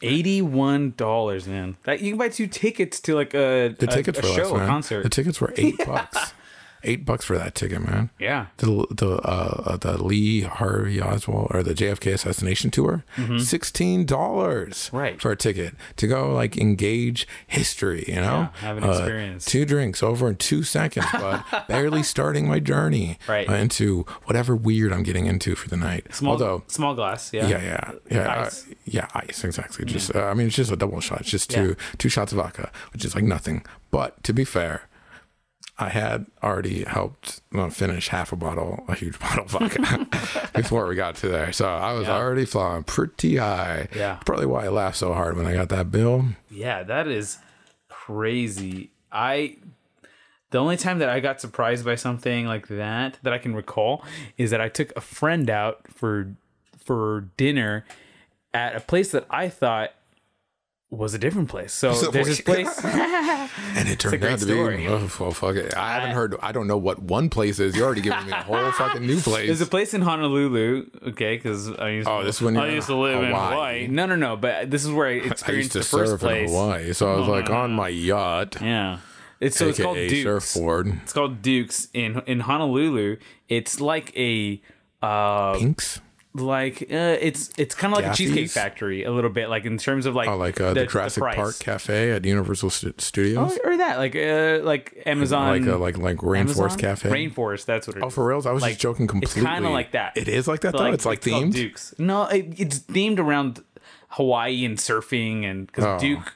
[SPEAKER 2] Eighty-one dollars, man. That you can buy two tickets to like a,
[SPEAKER 1] The
[SPEAKER 2] a-
[SPEAKER 1] tickets
[SPEAKER 2] a
[SPEAKER 1] were
[SPEAKER 2] show,
[SPEAKER 1] less,
[SPEAKER 2] a
[SPEAKER 1] man.
[SPEAKER 2] concert.
[SPEAKER 1] The tickets were eight bucks. Eight bucks for that ticket, man.
[SPEAKER 2] yeah,
[SPEAKER 1] the the uh, uh, the Lee Harvey Oswald or the JFK assassination tour, sixteen dollars
[SPEAKER 2] Mm-hmm. Right.
[SPEAKER 1] for a ticket to go like engage history, you know, Uh,
[SPEAKER 2] Yeah, have an experience.
[SPEAKER 1] Two drinks over in two seconds, but barely starting my journey
[SPEAKER 2] Right.
[SPEAKER 1] uh, into whatever weird I'm getting into for the night.
[SPEAKER 2] small,
[SPEAKER 1] Although
[SPEAKER 2] small glass.
[SPEAKER 1] yeah, yeah, yeah, uh,
[SPEAKER 2] Ice.
[SPEAKER 1] yeah. Ice, exactly. Just, uh, I mean, it's just a double shot. It's just two two shots of vodka, which is like nothing. But to be fair, I had already helped uh, finish half a bottle, a huge bottle of vodka, before we got to there. So I was already flying pretty high.
[SPEAKER 2] Yeah.
[SPEAKER 1] probably why I laughed so hard when I got that bill.
[SPEAKER 2] Yeah, that is crazy. I the only time that I got surprised by something like that that I can recall is that I took a friend out for for dinner at a place that I thought was a different place. So
[SPEAKER 1] So
[SPEAKER 2] there's this
[SPEAKER 1] wait.
[SPEAKER 2] place.
[SPEAKER 1] And it turned
[SPEAKER 2] great
[SPEAKER 1] out to
[SPEAKER 2] story.
[SPEAKER 1] be. Oh, well, fuck it. I haven't heard. I don't know what one place is. You're already giving me a whole fucking new place.
[SPEAKER 2] There's a place in Honolulu, okay? Because I used
[SPEAKER 1] Oh, this one
[SPEAKER 2] I
[SPEAKER 1] in
[SPEAKER 2] used to live in
[SPEAKER 1] Hawaii.
[SPEAKER 2] Hawaii. No, no, no. But this is where I
[SPEAKER 1] I used
[SPEAKER 2] experienced
[SPEAKER 1] to
[SPEAKER 2] the first
[SPEAKER 1] surf in
[SPEAKER 2] place.
[SPEAKER 1] Hawaii, so I was like on my yacht,
[SPEAKER 2] Yeah, it's so it's called
[SPEAKER 1] aka
[SPEAKER 2] Duke's.
[SPEAKER 1] surfboard.
[SPEAKER 2] It's called Duke's in in Honolulu. It's like a uh
[SPEAKER 1] Pinks.
[SPEAKER 2] like uh, it's it's kind of like a
[SPEAKER 1] Gaffey's?
[SPEAKER 2] cheesecake factory a little bit like in terms of like
[SPEAKER 1] Oh, like uh, the, Jurassic
[SPEAKER 2] price. Oh,
[SPEAKER 1] Park Cafe at Universal Stu- Studios.
[SPEAKER 2] or, or that like uh like Amazon
[SPEAKER 1] like uh, like like
[SPEAKER 2] Amazon?
[SPEAKER 1] Rainforest Cafe.
[SPEAKER 2] Rainforest that's what it is.
[SPEAKER 1] oh, for reals? I was
[SPEAKER 2] Like,
[SPEAKER 1] just joking
[SPEAKER 2] it's
[SPEAKER 1] completely.
[SPEAKER 2] kinda like that.
[SPEAKER 1] It is like that though. It's like
[SPEAKER 2] called
[SPEAKER 1] themed.
[SPEAKER 2] Duke's. No, it, it's themed around Hawaii and surfing and because
[SPEAKER 1] Oh.
[SPEAKER 2] Duke.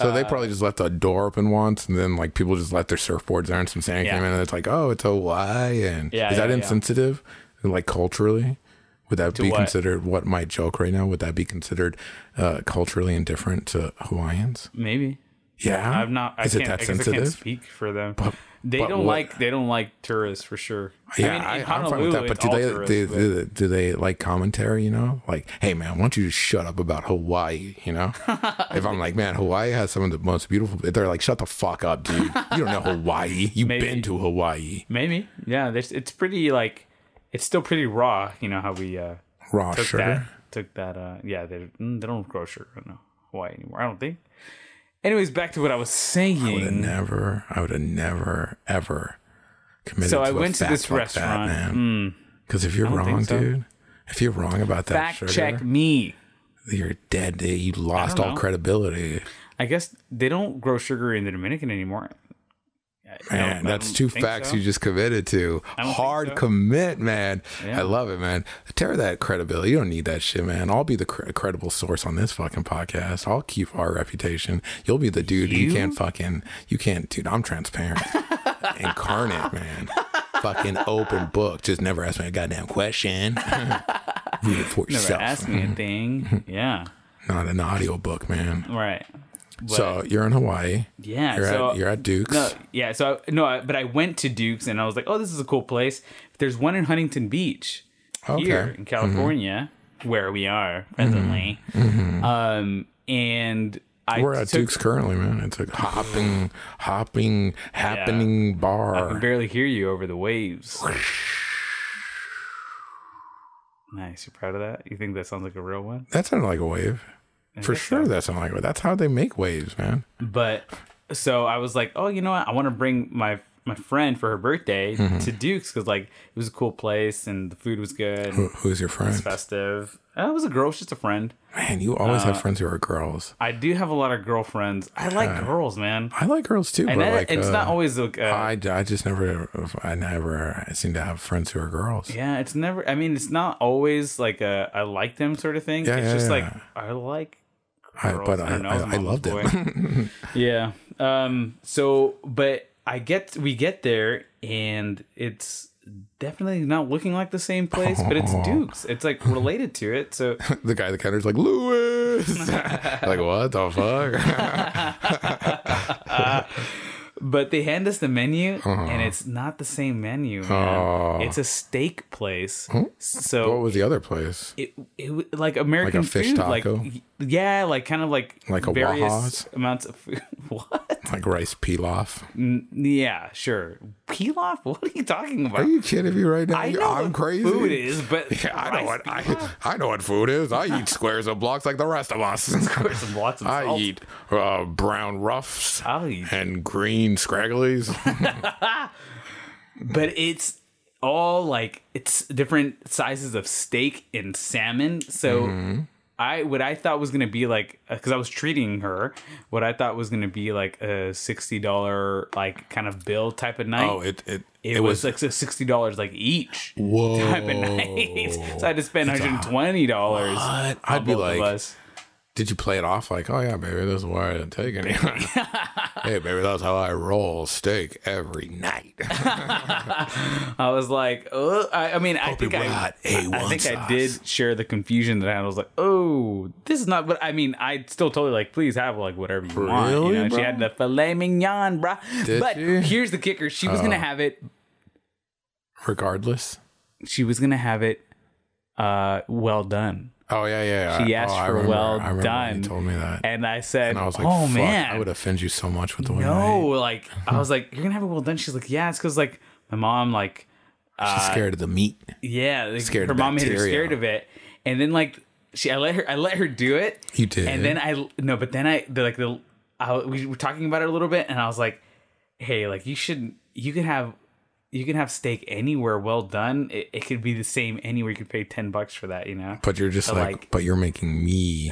[SPEAKER 1] So they
[SPEAKER 2] Uh,
[SPEAKER 1] probably just left a door open once, and then like people just left their surfboards there, and some sand
[SPEAKER 2] Yeah.
[SPEAKER 1] came in, and it's like, oh, it's Hawaii, and
[SPEAKER 2] Yeah,
[SPEAKER 1] is that
[SPEAKER 2] yeah, yeah.
[SPEAKER 1] insensitive? And like culturally, would that be
[SPEAKER 2] what?
[SPEAKER 1] considered what my joke right now? Would that be considered uh, culturally indifferent to Hawaiians?
[SPEAKER 2] Maybe
[SPEAKER 1] Yeah,
[SPEAKER 2] I'm not. I
[SPEAKER 1] is
[SPEAKER 2] can't,
[SPEAKER 1] it that
[SPEAKER 2] I guess I can't
[SPEAKER 1] sensitive?
[SPEAKER 2] speak for them. they
[SPEAKER 1] but
[SPEAKER 2] don't
[SPEAKER 1] what-
[SPEAKER 2] like they don't like tourists for sure.
[SPEAKER 1] Yeah,
[SPEAKER 2] I
[SPEAKER 1] I
[SPEAKER 2] mean,
[SPEAKER 1] I, am fine with that. But do they, do, do, do they like commentary? You know, like, hey man, why don't you just shut up about Hawaii? You know, if I'm like, man, Hawaii has some of the most beautiful. They're like, shut the fuck up, dude. You don't know Hawaii. You've
[SPEAKER 2] Maybe.
[SPEAKER 1] been to Hawaii.
[SPEAKER 2] Maybe. Yeah, there's, it's pretty like it's still pretty raw. You know how we uh,
[SPEAKER 1] Raw
[SPEAKER 2] took
[SPEAKER 1] sugar.
[SPEAKER 2] that took that. Uh, yeah, they mm, they don't grow sugar in Hawaii anymore. I don't think. Anyways, back to what I was
[SPEAKER 1] would
[SPEAKER 2] saying.
[SPEAKER 1] have never, I would have never, ever committed.
[SPEAKER 2] So
[SPEAKER 1] to
[SPEAKER 2] I
[SPEAKER 1] a
[SPEAKER 2] went to
[SPEAKER 1] fact
[SPEAKER 2] this
[SPEAKER 1] like
[SPEAKER 2] restaurant. Hmm.
[SPEAKER 1] that, man. Because if you're wrong,
[SPEAKER 2] think so.
[SPEAKER 1] dude, if you're wrong about that
[SPEAKER 2] Fact
[SPEAKER 1] sugar,
[SPEAKER 2] check me.
[SPEAKER 1] you're dead. Dude. You lost
[SPEAKER 2] don't
[SPEAKER 1] all
[SPEAKER 2] know.
[SPEAKER 1] credibility,
[SPEAKER 2] I guess they don't grow sugar in the Dominican anymore. I- I
[SPEAKER 1] man.
[SPEAKER 2] don't- I
[SPEAKER 1] that's
[SPEAKER 2] don't
[SPEAKER 1] two
[SPEAKER 2] think
[SPEAKER 1] facts
[SPEAKER 2] so.
[SPEAKER 1] you just committed to.
[SPEAKER 2] think
[SPEAKER 1] Hard
[SPEAKER 2] so.
[SPEAKER 1] commit, man.
[SPEAKER 2] Yeah.
[SPEAKER 1] I love it, man. Tear that credibility. You don't need that shit, man. I'll be the cre- credible source on this fucking podcast. I'll keep our reputation. You'll be the dude you,
[SPEAKER 2] You?
[SPEAKER 1] can't fucking. You can't, dude. I'm transparent. incarnate, man. Fucking open book. Just never ask me a goddamn question. Read it for
[SPEAKER 2] never
[SPEAKER 1] yourself.
[SPEAKER 2] asked me a thing. yeah,
[SPEAKER 1] Not an audio book, man.
[SPEAKER 2] right. But,
[SPEAKER 1] so you're in Hawaii.
[SPEAKER 2] yeah,
[SPEAKER 1] You're,
[SPEAKER 2] so
[SPEAKER 1] at, you're at Duke's.
[SPEAKER 2] no, yeah, so I, no, I, but I went to Duke's and I was like, oh, this is a cool place. There's one in Huntington Beach here
[SPEAKER 1] Okay. Mm-hmm.
[SPEAKER 2] in California, where we are presently. Um, and I
[SPEAKER 1] Mm-hmm. We're at
[SPEAKER 2] took-
[SPEAKER 1] Duke's currently, man. It's a hopping, hopping, happening
[SPEAKER 2] I can
[SPEAKER 1] bar.
[SPEAKER 2] barely hear you over the waves. nice, you're proud of that. You think that sounds like a real one?
[SPEAKER 1] That sounded like a wave. For sure, that sounded like a wave. That's how they make waves, man.
[SPEAKER 2] but so I was like, oh, you know what? I want to bring my my friend for her birthday
[SPEAKER 1] Mm-hmm.
[SPEAKER 2] to Duke's because like it was a cool place and the food was good, and
[SPEAKER 1] Who- Who's your friend?
[SPEAKER 2] festive. Uh, it was a girl, she's just a friend.
[SPEAKER 1] Man, you always
[SPEAKER 2] Uh,
[SPEAKER 1] have friends who are girls.
[SPEAKER 2] I do have a lot of girlfriends. I like girls, man,
[SPEAKER 1] I like girls too,
[SPEAKER 2] and
[SPEAKER 1] but
[SPEAKER 2] that-
[SPEAKER 1] like,
[SPEAKER 2] it's
[SPEAKER 1] uh,
[SPEAKER 2] not always like. Uh,
[SPEAKER 1] I, I just never, I never seem to have friends who are girls.
[SPEAKER 2] yeah, it's never. I mean, it's not always like a I like them sort of thing.
[SPEAKER 1] Yeah,
[SPEAKER 2] it's
[SPEAKER 1] yeah,
[SPEAKER 2] just
[SPEAKER 1] yeah.
[SPEAKER 2] like I like
[SPEAKER 1] I,
[SPEAKER 2] girls.
[SPEAKER 1] but I,
[SPEAKER 2] don't know,
[SPEAKER 1] I,
[SPEAKER 2] was a
[SPEAKER 1] I
[SPEAKER 2] mama's
[SPEAKER 1] loved
[SPEAKER 2] boy.
[SPEAKER 1] it.
[SPEAKER 2] Yeah. Um. So, but I get we get there, and it's definitely not looking like the same place, but it's Duke's. It's like related to it. So
[SPEAKER 1] the guy at the counter's like, Lewis. like, what the fuck?
[SPEAKER 2] but they hand us the menu and it's not the same menu man. it's a steak place
[SPEAKER 1] what
[SPEAKER 2] so
[SPEAKER 1] was the other place?
[SPEAKER 2] it, it w- like american
[SPEAKER 1] fish
[SPEAKER 2] food
[SPEAKER 1] taco?
[SPEAKER 2] like yeah like kind of like
[SPEAKER 1] Like a
[SPEAKER 2] various
[SPEAKER 1] Waha's?
[SPEAKER 2] amounts of food what
[SPEAKER 1] Like rice pilaf.
[SPEAKER 2] N- yeah sure pilaf what are you talking about
[SPEAKER 1] Are you kidding me right now?
[SPEAKER 2] I
[SPEAKER 1] You-
[SPEAKER 2] know
[SPEAKER 1] I'm
[SPEAKER 2] what
[SPEAKER 1] crazy.
[SPEAKER 2] food is but
[SPEAKER 1] Yeah, I know
[SPEAKER 2] rice
[SPEAKER 1] what I, I know what food is. I eat squares of blocks like the rest of us.
[SPEAKER 2] Put some lots of
[SPEAKER 1] I
[SPEAKER 2] salt.
[SPEAKER 1] eat uh, brown roughs
[SPEAKER 2] I'll eat.
[SPEAKER 1] and green scragglies.
[SPEAKER 2] But it's all like it's different sizes of steak and salmon. So
[SPEAKER 1] Mm-hmm.
[SPEAKER 2] I what I thought was gonna be like because I was treating her, what I thought was gonna be like a sixty dollar like kind of bill type of night.
[SPEAKER 1] oh, it it
[SPEAKER 2] it, was, like sixty dollars like each
[SPEAKER 1] whoa.
[SPEAKER 2] type of night. so I had to spend one hundred and twenty dollars.
[SPEAKER 1] What? I'd be
[SPEAKER 2] of
[SPEAKER 1] like,
[SPEAKER 2] us.
[SPEAKER 1] did you play it off like, oh yeah, baby, this is why I didn't take any. hey, baby, that's how I roll steak every night.
[SPEAKER 2] I was like, oh, I, I mean, I
[SPEAKER 1] Hope it
[SPEAKER 2] think I,
[SPEAKER 1] rot
[SPEAKER 2] I,
[SPEAKER 1] A1
[SPEAKER 2] I think I
[SPEAKER 1] sauce.
[SPEAKER 2] did share the confusion that I had. I was like, oh, this is not. But I mean, I still totally like, please have like whatever you want. You
[SPEAKER 1] Really,
[SPEAKER 2] know, she
[SPEAKER 1] bro?
[SPEAKER 2] had the filet mignon, bruh.
[SPEAKER 1] Did
[SPEAKER 2] but
[SPEAKER 1] she? Oh.
[SPEAKER 2] here's the kicker: she was gonna have it.
[SPEAKER 1] Regardless,
[SPEAKER 2] She was gonna have it uh, well done.
[SPEAKER 1] Oh yeah, yeah. yeah.
[SPEAKER 2] She asked
[SPEAKER 1] oh, I
[SPEAKER 2] for
[SPEAKER 1] remember-
[SPEAKER 2] well
[SPEAKER 1] I remember
[SPEAKER 2] done.
[SPEAKER 1] When you told me that, and,
[SPEAKER 2] And I said,
[SPEAKER 1] I was like,
[SPEAKER 2] oh
[SPEAKER 1] Fuck,
[SPEAKER 2] man,
[SPEAKER 1] I would offend you so much with the way.
[SPEAKER 2] no,
[SPEAKER 1] I,
[SPEAKER 2] like I was like, you're gonna have it well done. She's like, yeah, it's because like my mom, like,
[SPEAKER 1] she's scared of the meat.
[SPEAKER 2] yeah, like,
[SPEAKER 1] Scared
[SPEAKER 2] her
[SPEAKER 1] of
[SPEAKER 2] mom made her
[SPEAKER 1] bacteria.
[SPEAKER 2] scared of it, and then like she, I let her, I let her do it,
[SPEAKER 1] You did.
[SPEAKER 2] and then I no, but then I the, like the I, we were talking about it a little bit, and I was like, hey, like you should, you can have. You can have steak anywhere well done. It, it could be the same anywhere. You could pay ten bucks for that, you know.
[SPEAKER 1] but you're just
[SPEAKER 2] but,
[SPEAKER 1] like,
[SPEAKER 2] like-
[SPEAKER 1] but you're making me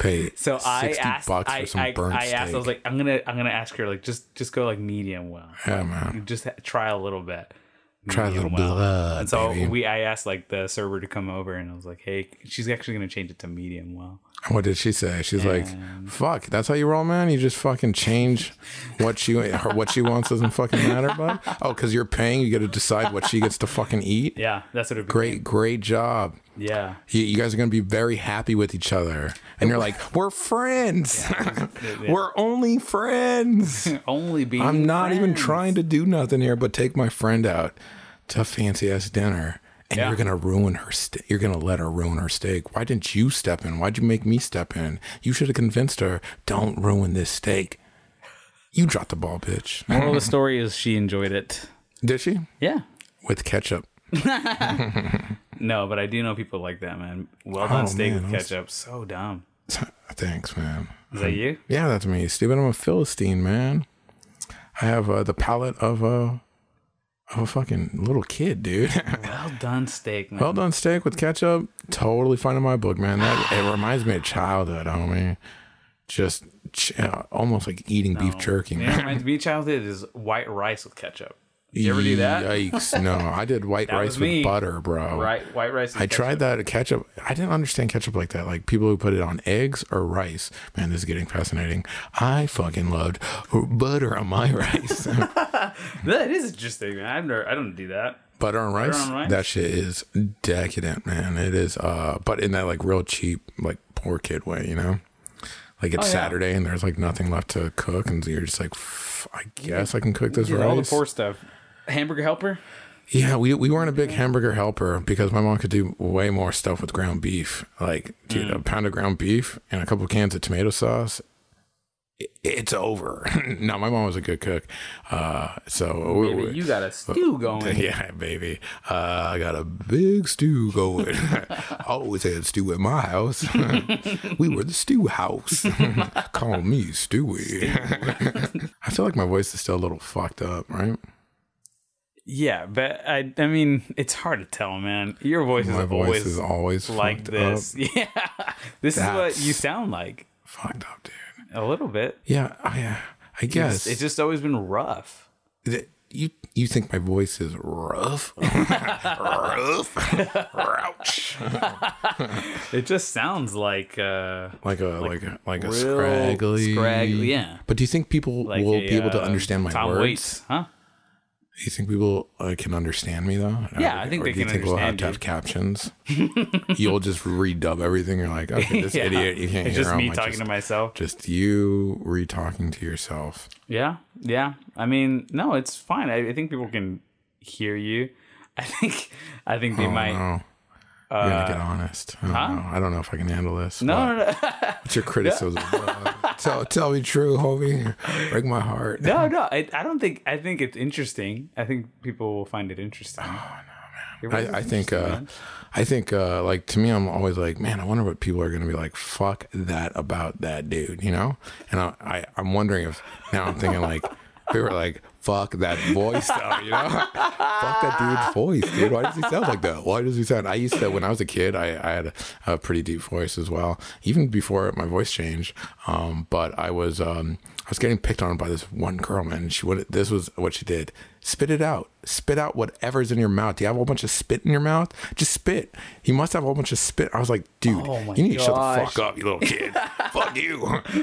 [SPEAKER 1] pay
[SPEAKER 2] So I
[SPEAKER 1] sixty
[SPEAKER 2] asked,
[SPEAKER 1] bucks
[SPEAKER 2] I,
[SPEAKER 1] for some
[SPEAKER 2] I,
[SPEAKER 1] burnt
[SPEAKER 2] I asked, I was
[SPEAKER 1] steak.
[SPEAKER 2] like, I'm gonna, I'm gonna ask her, like, just, just go like medium well,
[SPEAKER 1] yeah, man,
[SPEAKER 2] just ha- try a little bit,
[SPEAKER 1] try a
[SPEAKER 2] medium
[SPEAKER 1] little
[SPEAKER 2] well.
[SPEAKER 1] blood,
[SPEAKER 2] And so
[SPEAKER 1] baby.
[SPEAKER 2] we, I asked like the server to come over, and I was like, hey, she's actually gonna change it to medium well.
[SPEAKER 1] What did she say? She's like, "Fuck, that's how you roll, man. You just fucking change what she her, what she wants doesn't fucking matter, bud. Oh, because you're paying, you got to decide what she gets to fucking eat.
[SPEAKER 2] Yeah, that's what it. Great.
[SPEAKER 1] Great, great job.
[SPEAKER 2] Yeah,
[SPEAKER 1] You, you guys are gonna be very happy with each other. And you're like, we're friends. we're only friends.
[SPEAKER 2] only being.
[SPEAKER 1] I'm not even trying to do nothing here, but take my friend out to fancy ass dinner. And
[SPEAKER 2] Yeah.
[SPEAKER 1] you're gonna ruin her. St- you're gonna let her ruin her steak. Why didn't you step in? Why'd you make me step in? You should have convinced her. Don't ruin this steak. You dropped the ball, bitch.
[SPEAKER 2] Moral of the story is she enjoyed it.
[SPEAKER 1] Did she?
[SPEAKER 2] Yeah.
[SPEAKER 1] With ketchup.
[SPEAKER 2] No, but I do know people like that, man. Well done
[SPEAKER 1] Oh,
[SPEAKER 2] steak
[SPEAKER 1] man,
[SPEAKER 2] with
[SPEAKER 1] that's- Hmm.
[SPEAKER 2] ketchup. So dumb.
[SPEAKER 1] Thanks, man.
[SPEAKER 2] Is that you?
[SPEAKER 1] Yeah, that's me, stupid. I'm a philistine, man. I have uh, the palate of a of a fucking little kid, dude.
[SPEAKER 2] Well done steak, man.
[SPEAKER 1] Well done steak with ketchup. Totally fine in my book, man. That it reminds me of childhood, homie. Just ch- uh, almost like eating beef jerky,
[SPEAKER 2] You know what
[SPEAKER 1] man.
[SPEAKER 2] reminds me of childhood is white rice with ketchup. You ever do that?
[SPEAKER 1] Yikes! No, I did white rice
[SPEAKER 2] was
[SPEAKER 1] with
[SPEAKER 2] me.
[SPEAKER 1] butter, bro.
[SPEAKER 2] Right, white rice. And
[SPEAKER 1] I tried that ketchup. I didn't understand ketchup like that. Like people who put it on eggs or rice. Man, this is getting fascinating. I fucking loved butter on my rice.
[SPEAKER 2] That is interesting, man. I've never, I don't do that.
[SPEAKER 1] butter on rice,
[SPEAKER 2] on rice?
[SPEAKER 1] that shit is decadent man it is uh but in that like real cheap like poor kid way you know like it's
[SPEAKER 2] Oh, yeah.
[SPEAKER 1] saturday and there's like nothing left to cook and you're just like "F- i guess i can cook this
[SPEAKER 2] All the
[SPEAKER 1] rice
[SPEAKER 2] poor stuff. Hamburger helper.
[SPEAKER 1] yeah we, we weren't a big hamburger helper because my mom could do way more stuff with ground beef like dude
[SPEAKER 2] Mm.
[SPEAKER 1] a pound of ground beef and a couple cans of tomato sauce i- it's over. no, my mom was a good cook, uh, so we- we-
[SPEAKER 2] Baby, you got a
[SPEAKER 1] Uh,
[SPEAKER 2] stew going.
[SPEAKER 1] yeah, baby. Uh, I got a big stew going. I always had stew at my house. we were the stew house. Call me Stewie. I feel like my voice is still a little fucked up, right?
[SPEAKER 2] Yeah, but I, I mean, it's hard to tell, man. Your voice
[SPEAKER 1] My
[SPEAKER 2] is
[SPEAKER 1] voice
[SPEAKER 2] always
[SPEAKER 1] is always
[SPEAKER 2] like
[SPEAKER 1] fucked
[SPEAKER 2] this. Yeah, this is
[SPEAKER 1] That's-
[SPEAKER 2] what you sound like
[SPEAKER 1] Up. Fucked up, dude.
[SPEAKER 2] a little bit.
[SPEAKER 1] Yeah, I, uh, I guess.
[SPEAKER 2] It's just always been rough.
[SPEAKER 1] Th- you you think my voice is rough? rough? Ouch.
[SPEAKER 2] It just sounds like uh,
[SPEAKER 1] Like a like a like a
[SPEAKER 2] real
[SPEAKER 1] scraggly.
[SPEAKER 2] scraggly, yeah.
[SPEAKER 1] But do you think people
[SPEAKER 2] like
[SPEAKER 1] will
[SPEAKER 2] a,
[SPEAKER 1] be able to
[SPEAKER 2] uh,
[SPEAKER 1] understand my
[SPEAKER 2] Tom
[SPEAKER 1] words?
[SPEAKER 2] Waits, huh?
[SPEAKER 1] You think people uh, can understand me though?
[SPEAKER 2] Yeah,
[SPEAKER 1] Or-
[SPEAKER 2] I think
[SPEAKER 1] or
[SPEAKER 2] they
[SPEAKER 1] do you
[SPEAKER 2] can
[SPEAKER 1] think we'll have
[SPEAKER 2] understand
[SPEAKER 1] to have captions. You'll just redub everything. You're like, okay, this
[SPEAKER 2] Yeah.
[SPEAKER 1] idiot, you can't
[SPEAKER 2] It's
[SPEAKER 1] hear
[SPEAKER 2] just
[SPEAKER 1] him.
[SPEAKER 2] me
[SPEAKER 1] I
[SPEAKER 2] talking
[SPEAKER 1] just,
[SPEAKER 2] to myself.
[SPEAKER 1] Just you re-talking to yourself.
[SPEAKER 2] Yeah, yeah. I mean, no, it's fine. I, I think people can hear you. I think, I think they might.
[SPEAKER 1] Oh, you're gonna get honest. I don't, know. I don't know if I can handle this.
[SPEAKER 2] No,
[SPEAKER 1] but
[SPEAKER 2] no, no.
[SPEAKER 1] What's your criticism? Uh, tell tell me true, homie. Break my heart.
[SPEAKER 2] No, no, I, I don't think. I think it's interesting. I think people will find it interesting. Oh no, man!
[SPEAKER 1] I, I think uh, I think uh, like to me, I'm always like, man, I wonder what people are gonna be like. Fuck that about that dude, you know? And I, I I'm wondering if now I'm thinking like we were like, fuck that voice though, you know? fuck that
[SPEAKER 2] Ah.
[SPEAKER 1] dude's voice, dude. Why does he sound like that? Why does he sound? I used to when I was a kid, I, I had a, a pretty deep voice as well, even before my voice changed. Um, but I was um. I was getting picked on by this one girl, man. And she would. This was what she did: spit it out, spit out whatever's in your mouth. Do you have a whole bunch of spit in your mouth? Just spit. He must have a whole bunch of spit. I was like, dude,
[SPEAKER 2] Oh my
[SPEAKER 1] you need to shut the
[SPEAKER 2] gosh.
[SPEAKER 1] fuck up, you little kid. fuck you.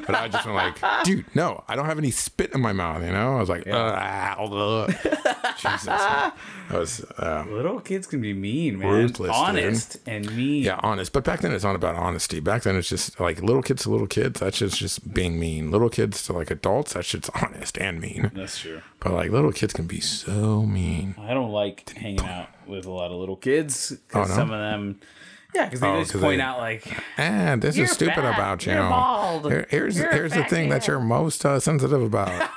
[SPEAKER 1] But I just went like, dude, no, I don't have any spit in my mouth. You know, I was like, "Ah, ugh." Jesus, man. I was. Um,
[SPEAKER 2] little kids can be mean, man.
[SPEAKER 1] Ruthless, dude.
[SPEAKER 2] Honest and mean.
[SPEAKER 1] yeah, honest. But back then, it's not about honesty. Back then, it's just like little kids to little kids. That shit's just being mean. Little kids to like adults. That shit's honest and mean.
[SPEAKER 2] that's true.
[SPEAKER 1] But like little kids can be so mean.
[SPEAKER 2] I don't like hanging out with a lot of little kids because
[SPEAKER 1] Oh, no?
[SPEAKER 2] some of them, yeah, because they
[SPEAKER 1] Oh,
[SPEAKER 2] just
[SPEAKER 1] 'cause
[SPEAKER 2] point
[SPEAKER 1] they-
[SPEAKER 2] out like,
[SPEAKER 1] And this
[SPEAKER 2] You're
[SPEAKER 1] is stupid
[SPEAKER 2] fat.
[SPEAKER 1] about you.
[SPEAKER 2] You're bald.
[SPEAKER 1] Here- here's
[SPEAKER 2] You're a
[SPEAKER 1] here's the
[SPEAKER 2] fat
[SPEAKER 1] thing that
[SPEAKER 2] man.
[SPEAKER 1] you're most uh, sensitive about.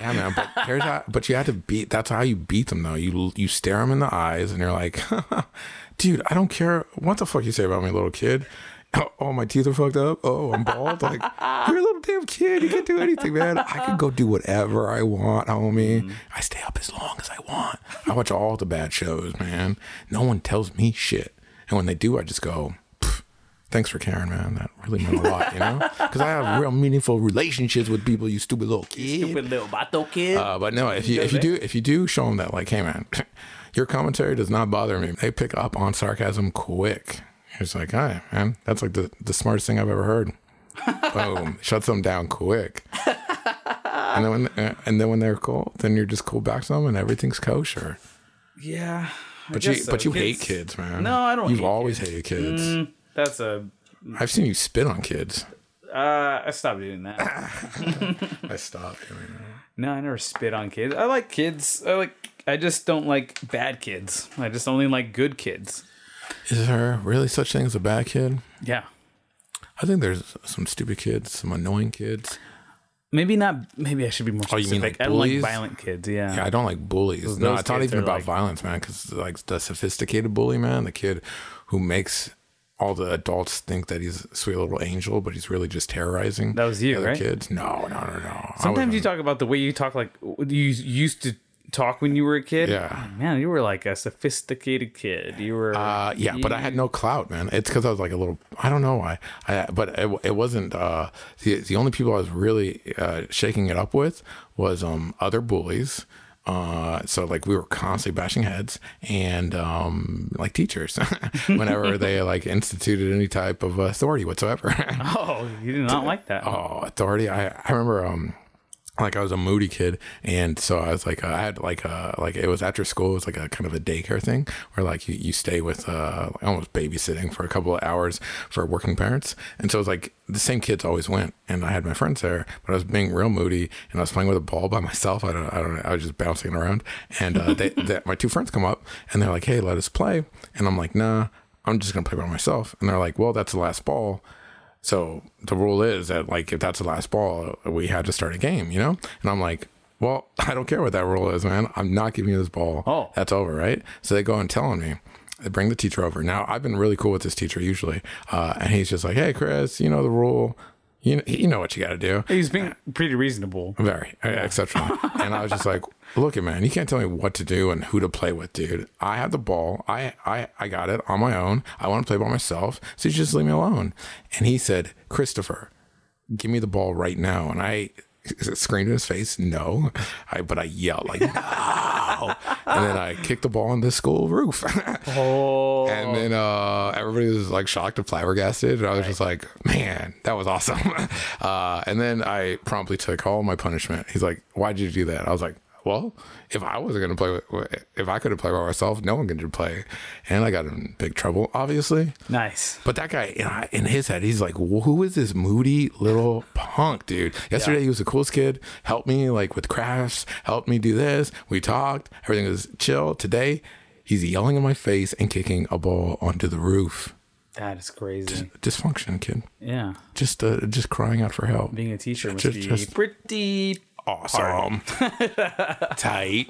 [SPEAKER 1] yeah, man. But here's how. But you have to beat. That's how you beat them, though. You you stare them in the eyes, and you're like, dude, I don't care what the fuck you say about me, little kid. Oh, oh, my teeth are fucked up. Oh, I'm bald. Like you're a little damn kid. You can't do anything, man. I can go do whatever I want, homie.
[SPEAKER 2] Mm-hmm.
[SPEAKER 1] I stay up as long as I want. I watch all the bad shows, man. No one tells me shit, and when they do, I just go. "Pff, thanks for caring, man. That really meant a lot, you know? Because I have real meaningful relationships with people, you stupid little kid.
[SPEAKER 2] stupid little bato kid.
[SPEAKER 1] Uh, but no, if you if you do if you do show them that, like, hey man, your commentary does not bother me. They pick up on sarcasm quick. It's like, hi man, that's like the the smartest thing I've ever heard. Boom, shuts them down quick. and then when uh, and then when they're cool, then you're just cool back to them, and everything's kosher.
[SPEAKER 2] yeah, I
[SPEAKER 1] But you
[SPEAKER 2] guess so.
[SPEAKER 1] but you hate kids, man.
[SPEAKER 2] uh, No, I don't
[SPEAKER 1] You've
[SPEAKER 2] hate Mm.
[SPEAKER 1] always hated kids.
[SPEAKER 2] That's a.
[SPEAKER 1] I've seen you spit on kids.
[SPEAKER 2] Uh, I stopped doing that.
[SPEAKER 1] I stopped. doing that.
[SPEAKER 2] no, I never spit on kids. I like kids. I like. I just don't like bad kids. I just only like good kids.
[SPEAKER 1] Is there really such thing as a bad kid?
[SPEAKER 2] Yeah.
[SPEAKER 1] I think there's some stupid kids, some annoying kids.
[SPEAKER 2] Maybe not. Maybe I should be more specific.
[SPEAKER 1] Oh, you mean, like,
[SPEAKER 2] I don't like
[SPEAKER 1] bullies?
[SPEAKER 2] violent kids. Yeah.
[SPEAKER 1] Yeah, I don't like bullies. No,
[SPEAKER 2] those
[SPEAKER 1] it's not
[SPEAKER 2] kids
[SPEAKER 1] even
[SPEAKER 2] are
[SPEAKER 1] about
[SPEAKER 2] like-
[SPEAKER 1] violence, man. Because like the sophisticated bully, man, the kid who makes all the adults think that he's a sweet little angel, but he's really just terrorizing.
[SPEAKER 2] That was
[SPEAKER 1] the
[SPEAKER 2] you,
[SPEAKER 1] other
[SPEAKER 2] right?
[SPEAKER 1] Kids? No, no, no, no.
[SPEAKER 2] Sometimes you talk about the way you talk, like you used to talk when you were a kid.
[SPEAKER 1] Yeah.
[SPEAKER 2] Man, you were like a sophisticated kid. You were.
[SPEAKER 1] Uh, yeah, but I had no clout, man. It's because I was like a little. I don't know why. I but it, it wasn't. Uh, the the only people I was really uh, shaking it up with was um other bullies. Uh, so like we were constantly bashing heads and um like teachers whenever they like instituted any type of authority whatsoever.
[SPEAKER 2] oh, you did not like that.
[SPEAKER 1] oh authority i i remember um like I was a moody kid, and so I was like, uh, I had like a like it was after school. It was like a kind of a daycare thing where like you, you stay with uh almost babysitting for a couple of hours for working parents, and so it was like the same kids always went, and I had my friends there, but I was being real moody, and I was playing with a ball by myself. I don't I don't know. I was just bouncing around, and uh, they, they, my two friends come up, and they're like, hey, let us play, and I'm like, nah, I'm just gonna play by myself, and they're like, well, that's the last ball. So the rule is that like if that's the last ball, we had to start a game, you know? And I'm like, well, I don't care what that rule is, man. I'm not giving you this ball.
[SPEAKER 2] Oh.
[SPEAKER 1] That's over, right? So they go and telling me. They bring the teacher over. Now I've been really cool with this teacher usually. Uh, and he's just like, Hey Chris, you know the rule. You know, you know what you gotta do.
[SPEAKER 2] He was being pretty reasonable.
[SPEAKER 1] Very uh, exceptional. and I was just like, look at man, you can't tell me what to do and who to play with, dude. I have the ball. I I, I got it on my own. I want to play by myself. So you just leave me alone. And he said, Christopher, give me the ball right now. And I screamed in his face, no. I but I yelled like no. and then I kicked the ball on the school roof.
[SPEAKER 2] Oh,
[SPEAKER 1] And then uh, everybody was like shocked and flabbergasted, and I was just like, "Man, that was awesome!" uh, and then I promptly took all my punishment. He's like, "Why did you do that?" I was like, "Well, if I wasn't gonna play, with, if I could have played by myself, no one could play." And I got in big trouble, obviously.
[SPEAKER 2] nice.
[SPEAKER 1] But that guy, in- in his head, he's like, "Wh- "Who is this moody little punk, dude?" Yesterday, he was the coolest kid. Helped me like with crafts. Helped me do this. We talked. Everything was chill. Today, he's yelling in my face and kicking a ball onto the roof.
[SPEAKER 2] That is crazy.
[SPEAKER 1] Dysfunction, kid.
[SPEAKER 2] Yeah.
[SPEAKER 1] Just, uh, just crying out for help.
[SPEAKER 2] Being a teacher must
[SPEAKER 1] Just-
[SPEAKER 2] be
[SPEAKER 1] just-
[SPEAKER 2] pretty.
[SPEAKER 1] Awesome, tight,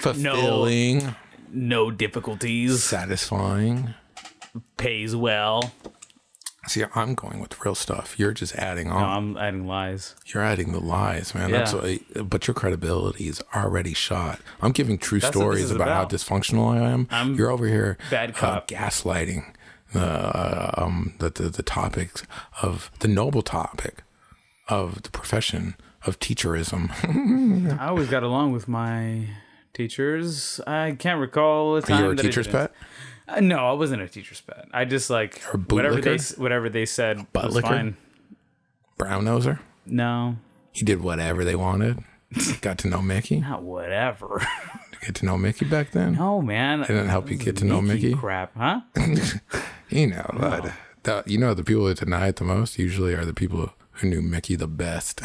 [SPEAKER 1] fulfilling,
[SPEAKER 2] No difficulties.
[SPEAKER 1] satisfying.
[SPEAKER 2] Pays well.
[SPEAKER 1] See, I'm going with real stuff. You're just adding on.
[SPEAKER 2] I'm adding lies.
[SPEAKER 1] You're adding the lies, man. That's
[SPEAKER 2] Yeah.
[SPEAKER 1] what, but your credibility is already shot. I'm giving true
[SPEAKER 2] what this
[SPEAKER 1] stories
[SPEAKER 2] is
[SPEAKER 1] about, how
[SPEAKER 2] about.
[SPEAKER 1] dysfunctional I am. You're over here
[SPEAKER 2] bad
[SPEAKER 1] uh,
[SPEAKER 2] cop.
[SPEAKER 1] gaslighting the, um, the, the the topics of the noble topic of the profession of teacherism.
[SPEAKER 2] I always got along with my teachers. I can't recall a time
[SPEAKER 1] You're a
[SPEAKER 2] that I
[SPEAKER 1] teacher's
[SPEAKER 2] didn't.
[SPEAKER 1] pet.
[SPEAKER 2] Uh, No, I wasn't a teacher's pet. I just like
[SPEAKER 1] a bootlicker?
[SPEAKER 2] whatever they s- whatever they said was
[SPEAKER 1] buttlicker?
[SPEAKER 2] fine.
[SPEAKER 1] Brown noser.
[SPEAKER 2] No,
[SPEAKER 1] He did whatever they wanted. Got to know Mickey.
[SPEAKER 2] not whatever.
[SPEAKER 1] Get to know Mickey back then.
[SPEAKER 2] No, man.
[SPEAKER 1] Didn't help you get to know Mickey.
[SPEAKER 2] Crap, huh?
[SPEAKER 1] You know, that, that, you know the people that deny it the most usually are the people who knew Mickey the best.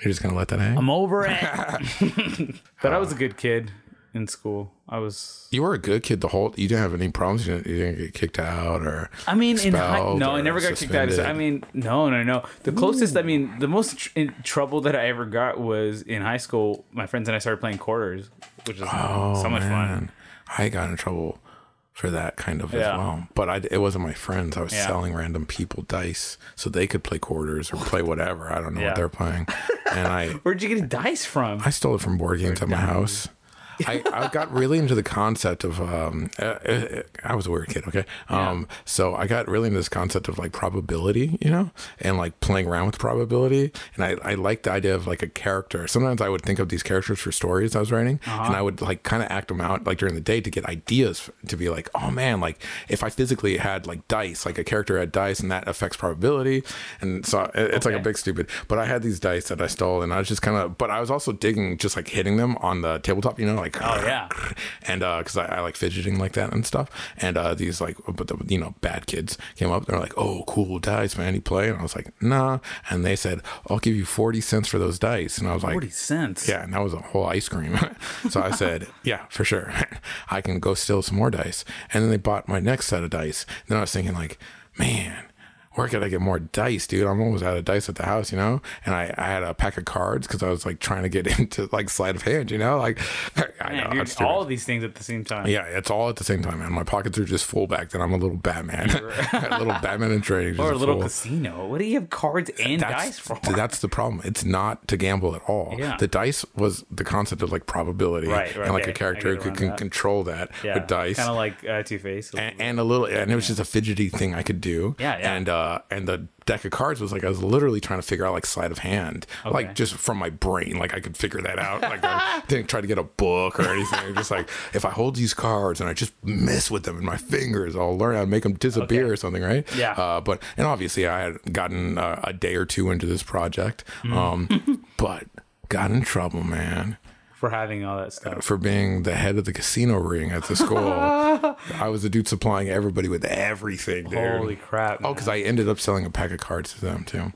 [SPEAKER 1] You're just gonna let that hang.
[SPEAKER 2] I'm over it. but I was a good kid in school. I was.
[SPEAKER 1] you were a good kid the whole. You didn't have any problems. You didn't, you didn't get kicked out or.
[SPEAKER 2] I mean, in high,
[SPEAKER 1] expelled
[SPEAKER 2] no, I
[SPEAKER 1] or
[SPEAKER 2] never got kicked out.
[SPEAKER 1] suspended?
[SPEAKER 2] of I mean, no, no, no. The closest, I mean, the most tr- in trouble that I ever got was in high school. My friends and I started playing quarters, which is so much fun.
[SPEAKER 1] Oh, Man, I got in trouble for that kind of
[SPEAKER 2] Yeah.
[SPEAKER 1] as well. But I, it wasn't my friends. I was
[SPEAKER 2] Yeah.
[SPEAKER 1] selling random people dice so they could play quarters or play whatever. I don't know
[SPEAKER 2] Yeah.
[SPEAKER 1] what they're playing. And I,
[SPEAKER 2] Where'd you get dice from?
[SPEAKER 1] I stole it from board games at my house. I, I got really into the concept of um, uh, uh, I was a weird kid, okay. Um, so I got really into this concept of like probability, you know, and like playing around with probability. And I, I liked the idea of like a character. Sometimes I would think of these characters for stories I was writing, and I would like kind of act them out like during the day to get ideas to be like, oh man, like if I physically had like dice, like a character had dice, and that affects probability. And so it- it's like
[SPEAKER 2] Okay.
[SPEAKER 1] a big stupid. But I had these dice that I stole, and I was just kind of. But I was also digging, just like hitting them on the tabletop, you know, like
[SPEAKER 2] Oh, yeah.
[SPEAKER 1] and uh, because I, I like fidgeting like that and stuff. And uh, these like, but the, you know, bad kids came up. They're like, "Oh, cool dice, man! You play?" And I was like, "Nah." And they said, "I'll give you forty cents for those dice." And I was like,
[SPEAKER 2] Forty cents.
[SPEAKER 1] yeah, and that was a whole ice cream. so I said, yeah, for sure. I can go steal some more dice. And then they bought my next set of dice. Then I was thinking, like, man, where could I get more dice, dude? I'm almost out of dice at the house, you know? And I, I had a pack of cards because I was like trying to get into like sleight of hand, you know? Like, I know.
[SPEAKER 2] Man, you're
[SPEAKER 1] I'm
[SPEAKER 2] doing
[SPEAKER 1] stupid.
[SPEAKER 2] all these things at the same time.
[SPEAKER 1] yeah, it's all at the same time, man. My pockets are just full back then. I'm a little Batman. a little Batman in training. just
[SPEAKER 2] Or a little
[SPEAKER 1] full.
[SPEAKER 2] casino. What do you have cards and
[SPEAKER 1] That's,
[SPEAKER 2] dice for?
[SPEAKER 1] that's the problem. It's not to gamble at all.
[SPEAKER 2] Yeah.
[SPEAKER 1] The dice was the concept of like probability,
[SPEAKER 2] Right, right,
[SPEAKER 1] and like
[SPEAKER 2] okay.
[SPEAKER 1] a character
[SPEAKER 2] I get
[SPEAKER 1] could
[SPEAKER 2] around
[SPEAKER 1] can
[SPEAKER 2] that.
[SPEAKER 1] control that with dice.
[SPEAKER 2] Kind of like uh, Two Face.
[SPEAKER 1] and, and a little, and it was just a fidgety thing I could do.
[SPEAKER 2] Yeah, yeah.
[SPEAKER 1] And uh, and the deck of cards was like I was literally trying to figure out like sleight of hand, like just from my brain, like I could figure that out. Like I didn't try to get a book or anything. I'm just like if I hold these cards and I just mess with them in my fingers, I'll learn how to make them disappear or something, right?
[SPEAKER 2] Yeah.
[SPEAKER 1] Uh, but and obviously I had gotten uh, a day or two into this project,
[SPEAKER 2] Mm.
[SPEAKER 1] um, but got in trouble, man
[SPEAKER 2] for having all that stuff.
[SPEAKER 1] for being the head of the casino ring at the school. I was the dude supplying everybody with everything, dude.
[SPEAKER 2] Holy crap!
[SPEAKER 1] oh, because I ended up selling a pack of cards to them too,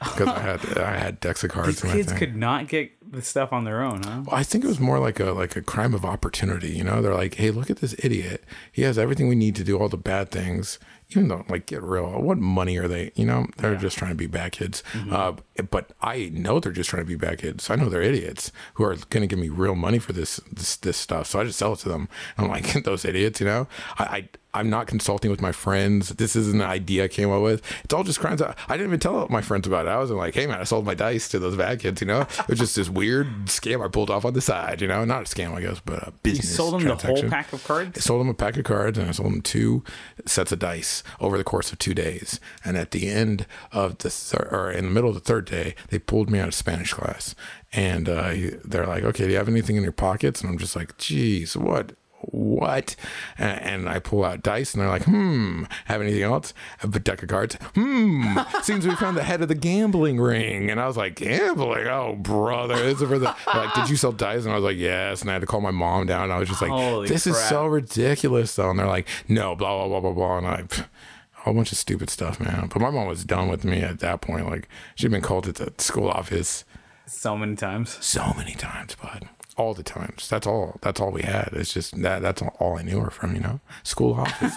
[SPEAKER 1] because I had I had decks of cards.
[SPEAKER 2] these
[SPEAKER 1] in my
[SPEAKER 2] kids
[SPEAKER 1] thing.
[SPEAKER 2] could not get the stuff on their own, huh?
[SPEAKER 1] I think it was more like a like a crime of opportunity. You know, they're like, hey, look at this idiot. He has everything we need to do all the bad things. Even though, like, get real. What money are they? You know, they're just trying to be bad kids. Uh, but I know they're just trying to be bad kids. I know they're idiots who are going to give me real money for this this this stuff. So I just sell it to them. I'm like those idiots. You know, I. I I'm not consulting with my friends. This isn't an idea I came up with. It's all just crimes. I I didn't even tell my friends about it. I was like, hey, man, I sold my dice to those bad kids, you know? It was just this weird scam I pulled off on the side, you know? Not a scam, I guess, but a
[SPEAKER 2] You
[SPEAKER 1] business.
[SPEAKER 2] sold them the whole
[SPEAKER 1] transaction.
[SPEAKER 2] pack of
[SPEAKER 1] I
[SPEAKER 2] cards.
[SPEAKER 1] sold them a pack of cards and I sold them two sets of dice over the course of two days. And at the end of the third, or in the middle of the third day, they pulled me out of Spanish class. And uh, he- they're like, okay, do you have anything in your pockets? And I'm just like, geez, what? What? And, and I pull out dice and they're like, hmm, have anything else? Have a deck of cards? Hmm, seems we found the head of the gambling ring. And I was like, gambling? Oh, brother. This is for the, they're like, did you sell dice? And I was like, yes. And I had to call my mom down. And I was just like,
[SPEAKER 2] Holy
[SPEAKER 1] this is
[SPEAKER 2] crap.
[SPEAKER 1] so ridiculous though and they're like no blah blah blah blah blah and i pff, a whole bunch of stupid stuff man but my mom was done with me at that point like she'd been called at the school office
[SPEAKER 2] So many times.
[SPEAKER 1] so many times bud all the times that's all that's all we had it's just that that's all i knew her from you know school office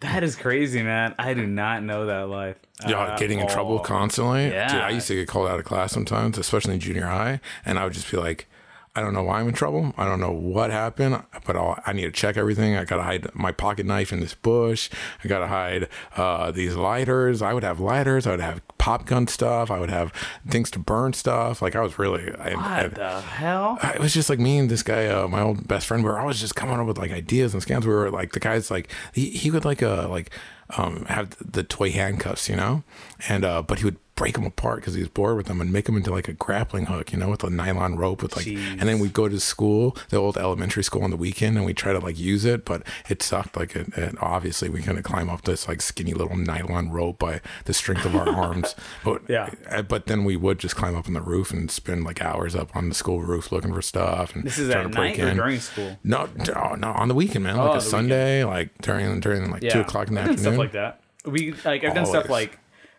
[SPEAKER 2] That is crazy, man. I do not know that life.
[SPEAKER 1] Yeah,
[SPEAKER 2] at
[SPEAKER 1] getting in trouble
[SPEAKER 2] all.
[SPEAKER 1] constantly.
[SPEAKER 2] Uh, oh, Yeah.
[SPEAKER 1] Dude, I used to get called out of class sometimes, especially in junior high, and I would just be like, I don't know why I'm in trouble. I don't know what happened, but I'll, I need to check everything. I gotta hide my pocket knife in this bush. I gotta hide uh, these lighters. I would have lighters. I would have pop gun stuff. I would have things to burn stuff. Like I was really, I, I,
[SPEAKER 2] What the hell?
[SPEAKER 1] it was just like me and this guy, uh, my old best friend, we were always just coming up with like ideas and scams. We were like the guys like he, he would like uh like um have the toy handcuffs, you know, and uh but he would break them apart because he was bored with them and make them into like a grappling hook, you know, with a nylon rope with like, and then we'd go to school, the old elementary school on the weekend, and we try to like use it, but it sucked. Like it, it obviously we couldn't climb up this like skinny little nylon rope by the strength of our arms, but
[SPEAKER 2] Yeah.
[SPEAKER 1] uh, but then we would just climb up on the roof and spend like hours up on the school roof looking for stuff and
[SPEAKER 2] This is
[SPEAKER 1] trying
[SPEAKER 2] at
[SPEAKER 1] to break
[SPEAKER 2] night or
[SPEAKER 1] in.
[SPEAKER 2] during school.
[SPEAKER 1] no, no, no, on the weekend, man, like
[SPEAKER 2] the
[SPEAKER 1] a
[SPEAKER 2] weekend.
[SPEAKER 1] Sunday, like during during like
[SPEAKER 2] Yeah.
[SPEAKER 1] two o'clock in the
[SPEAKER 2] I've done
[SPEAKER 1] afternoon.
[SPEAKER 2] Stuff like that. We like I've done stuff
[SPEAKER 1] Always.
[SPEAKER 2] like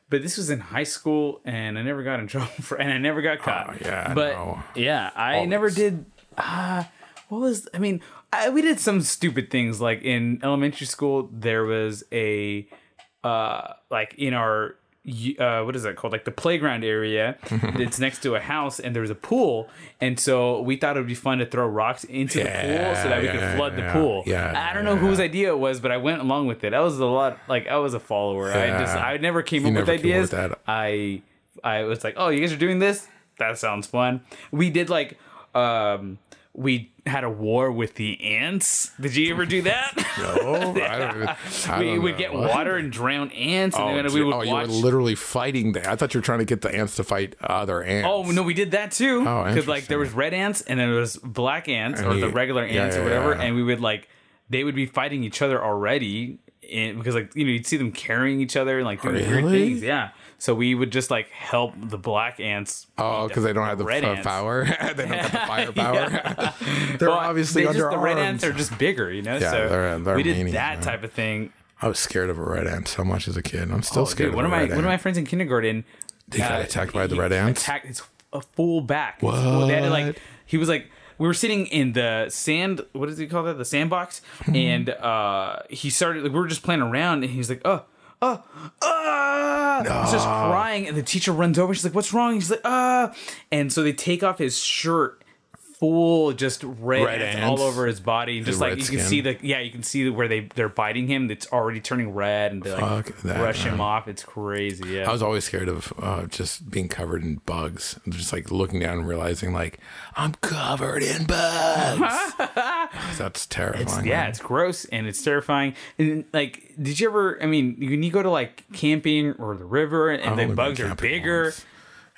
[SPEAKER 2] But this was in high school, and I never got in trouble for, and I never got caught.
[SPEAKER 1] Oh, yeah, I
[SPEAKER 2] but
[SPEAKER 1] know.
[SPEAKER 2] yeah, I never did. Uh, what was? I mean, I, we did some stupid things. Like in elementary school, there was a uh, like in our y- uh, what is that called? Like the playground area. it's next to a house, and there was a pool, and so we thought it would be fun to throw rocks into the pool so that we
[SPEAKER 1] Yeah,
[SPEAKER 2] could
[SPEAKER 1] yeah,
[SPEAKER 2] flood
[SPEAKER 1] yeah,
[SPEAKER 2] the pool.
[SPEAKER 1] yeah,
[SPEAKER 2] I don't know
[SPEAKER 1] yeah.
[SPEAKER 2] whose idea it was, but I went along with it. I was a lot like I was a follower. I just
[SPEAKER 1] Yeah.
[SPEAKER 2] I never came up with
[SPEAKER 1] never came up
[SPEAKER 2] ideas.
[SPEAKER 1] with that.
[SPEAKER 2] I I was like, oh, you guys are doing this. That sounds fun. We did like um we had a war with the ants. Did you ever do that?
[SPEAKER 1] Oh, I don't even. I
[SPEAKER 2] we
[SPEAKER 1] don't
[SPEAKER 2] would
[SPEAKER 1] know.
[SPEAKER 2] get
[SPEAKER 1] What?
[SPEAKER 2] water and drown ants, and
[SPEAKER 1] Oh,
[SPEAKER 2] then
[SPEAKER 1] gee.
[SPEAKER 2] we would
[SPEAKER 1] oh, you were
[SPEAKER 2] watch.
[SPEAKER 1] literally fighting that. I thought you were trying to get the ants to fight other ants.
[SPEAKER 2] Oh no, we did that too.
[SPEAKER 1] Oh,
[SPEAKER 2] Because like there
[SPEAKER 1] interesting.
[SPEAKER 2] was red ants and then there was black ants or
[SPEAKER 1] And
[SPEAKER 2] the
[SPEAKER 1] you-
[SPEAKER 2] regular
[SPEAKER 1] yeah,
[SPEAKER 2] ants or
[SPEAKER 1] yeah,
[SPEAKER 2] whatever,
[SPEAKER 1] yeah.
[SPEAKER 2] and we would like they would be fighting each other already, and, because like you know you'd see them carrying each other and like doing weird
[SPEAKER 1] Really?
[SPEAKER 2] things. Yeah, so we would just like help the black ants.
[SPEAKER 1] Oh, because they don't have the
[SPEAKER 2] Red
[SPEAKER 1] f-
[SPEAKER 2] ants.
[SPEAKER 1] power. they don't have the firepower. they're
[SPEAKER 2] Well,
[SPEAKER 1] obviously
[SPEAKER 2] they just-
[SPEAKER 1] under
[SPEAKER 2] the red ants are
[SPEAKER 1] armed.
[SPEAKER 2] just bigger, you know.
[SPEAKER 1] Yeah,
[SPEAKER 2] so
[SPEAKER 1] they're- they're
[SPEAKER 2] we did
[SPEAKER 1] meanies,
[SPEAKER 2] that
[SPEAKER 1] yeah.
[SPEAKER 2] type of thing.
[SPEAKER 1] I was scared of a red ant so much as a kid. I'm still
[SPEAKER 2] Oh,
[SPEAKER 1] scared
[SPEAKER 2] dude, one
[SPEAKER 1] of a
[SPEAKER 2] of my
[SPEAKER 1] red
[SPEAKER 2] one of
[SPEAKER 1] ant.
[SPEAKER 2] my friends in kindergarten Uh,
[SPEAKER 1] They got attacked by the red ants?
[SPEAKER 2] Attacked his a full back. His full- they had to, like
[SPEAKER 1] What?
[SPEAKER 2] he was like we were sitting in the sand. What does he call that? The sandbox.
[SPEAKER 1] Hmm.
[SPEAKER 2] and uh, he started. Like, we were just playing around, and he was like, "Oh, oh, ah!" He's just crying, and the teacher runs over. She's like, "What's wrong?" He's like, "Ah!" And so they take off his shirt. Full, just red,
[SPEAKER 1] Red
[SPEAKER 2] ants
[SPEAKER 1] ants?
[SPEAKER 2] all over his body, and just like
[SPEAKER 1] red
[SPEAKER 2] you can
[SPEAKER 1] skin?
[SPEAKER 2] see the yeah, you can see where they they're biting him. It's already turning red, and they like
[SPEAKER 1] Fuck that,
[SPEAKER 2] brush him
[SPEAKER 1] man.
[SPEAKER 2] off. It's crazy. Yeah,
[SPEAKER 1] I was always scared of uh, just being covered in bugs. Just like looking down and realizing, like, I'm covered in bugs. That's terrifying.
[SPEAKER 2] Yeah,
[SPEAKER 1] man.
[SPEAKER 2] it's gross and it's terrifying. And like, did you ever? I mean, when you go to like camping or the river, and
[SPEAKER 1] only
[SPEAKER 2] the
[SPEAKER 1] been
[SPEAKER 2] bugs are
[SPEAKER 1] camping
[SPEAKER 2] bigger.
[SPEAKER 1] once.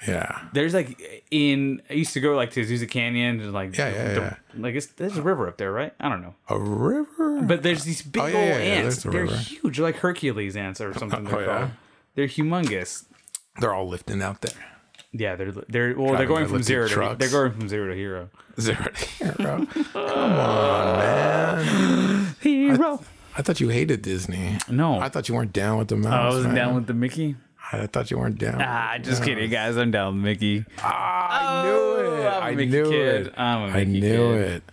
[SPEAKER 1] Yeah.
[SPEAKER 2] There's like in I used to go like to Azusa Canyon and like
[SPEAKER 1] Yeah, yeah,
[SPEAKER 2] the-
[SPEAKER 1] yeah.
[SPEAKER 2] like it's, there's a river up there, right? I don't know,
[SPEAKER 1] A river?
[SPEAKER 2] but there's these big
[SPEAKER 1] Oh, yeah,
[SPEAKER 2] old
[SPEAKER 1] yeah, yeah,
[SPEAKER 2] ants.
[SPEAKER 1] there's a
[SPEAKER 2] they're
[SPEAKER 1] river.
[SPEAKER 2] huge, they're like Hercules ants or something. They're
[SPEAKER 1] Oh, yeah?
[SPEAKER 2] called. They're humongous.
[SPEAKER 1] They're all lifting out there.
[SPEAKER 2] Yeah, they're they're well, they're
[SPEAKER 1] Driving
[SPEAKER 2] going
[SPEAKER 1] their
[SPEAKER 2] from
[SPEAKER 1] lifted
[SPEAKER 2] zero. To,
[SPEAKER 1] trucks.
[SPEAKER 2] they're going from zero to hero.
[SPEAKER 1] Zero to hero. Come on, man.
[SPEAKER 2] Hero.
[SPEAKER 1] I thought you hated Disney.
[SPEAKER 2] No. Oh,
[SPEAKER 1] I thought you weren't down with the
[SPEAKER 2] I
[SPEAKER 1] mouse.
[SPEAKER 2] wasn't
[SPEAKER 1] man.
[SPEAKER 2] down with the Mickey.
[SPEAKER 1] I thought you weren't down.
[SPEAKER 2] Ah,
[SPEAKER 1] with the
[SPEAKER 2] just
[SPEAKER 1] mouse.
[SPEAKER 2] kidding, guys. I'm down with Mickey.
[SPEAKER 1] Ah, I knew it.
[SPEAKER 2] Oh, I'm a
[SPEAKER 1] I
[SPEAKER 2] Mickey
[SPEAKER 1] knew
[SPEAKER 2] kid.
[SPEAKER 1] it.
[SPEAKER 2] I'm a
[SPEAKER 1] I
[SPEAKER 2] Mickey
[SPEAKER 1] knew
[SPEAKER 2] kid.
[SPEAKER 1] it.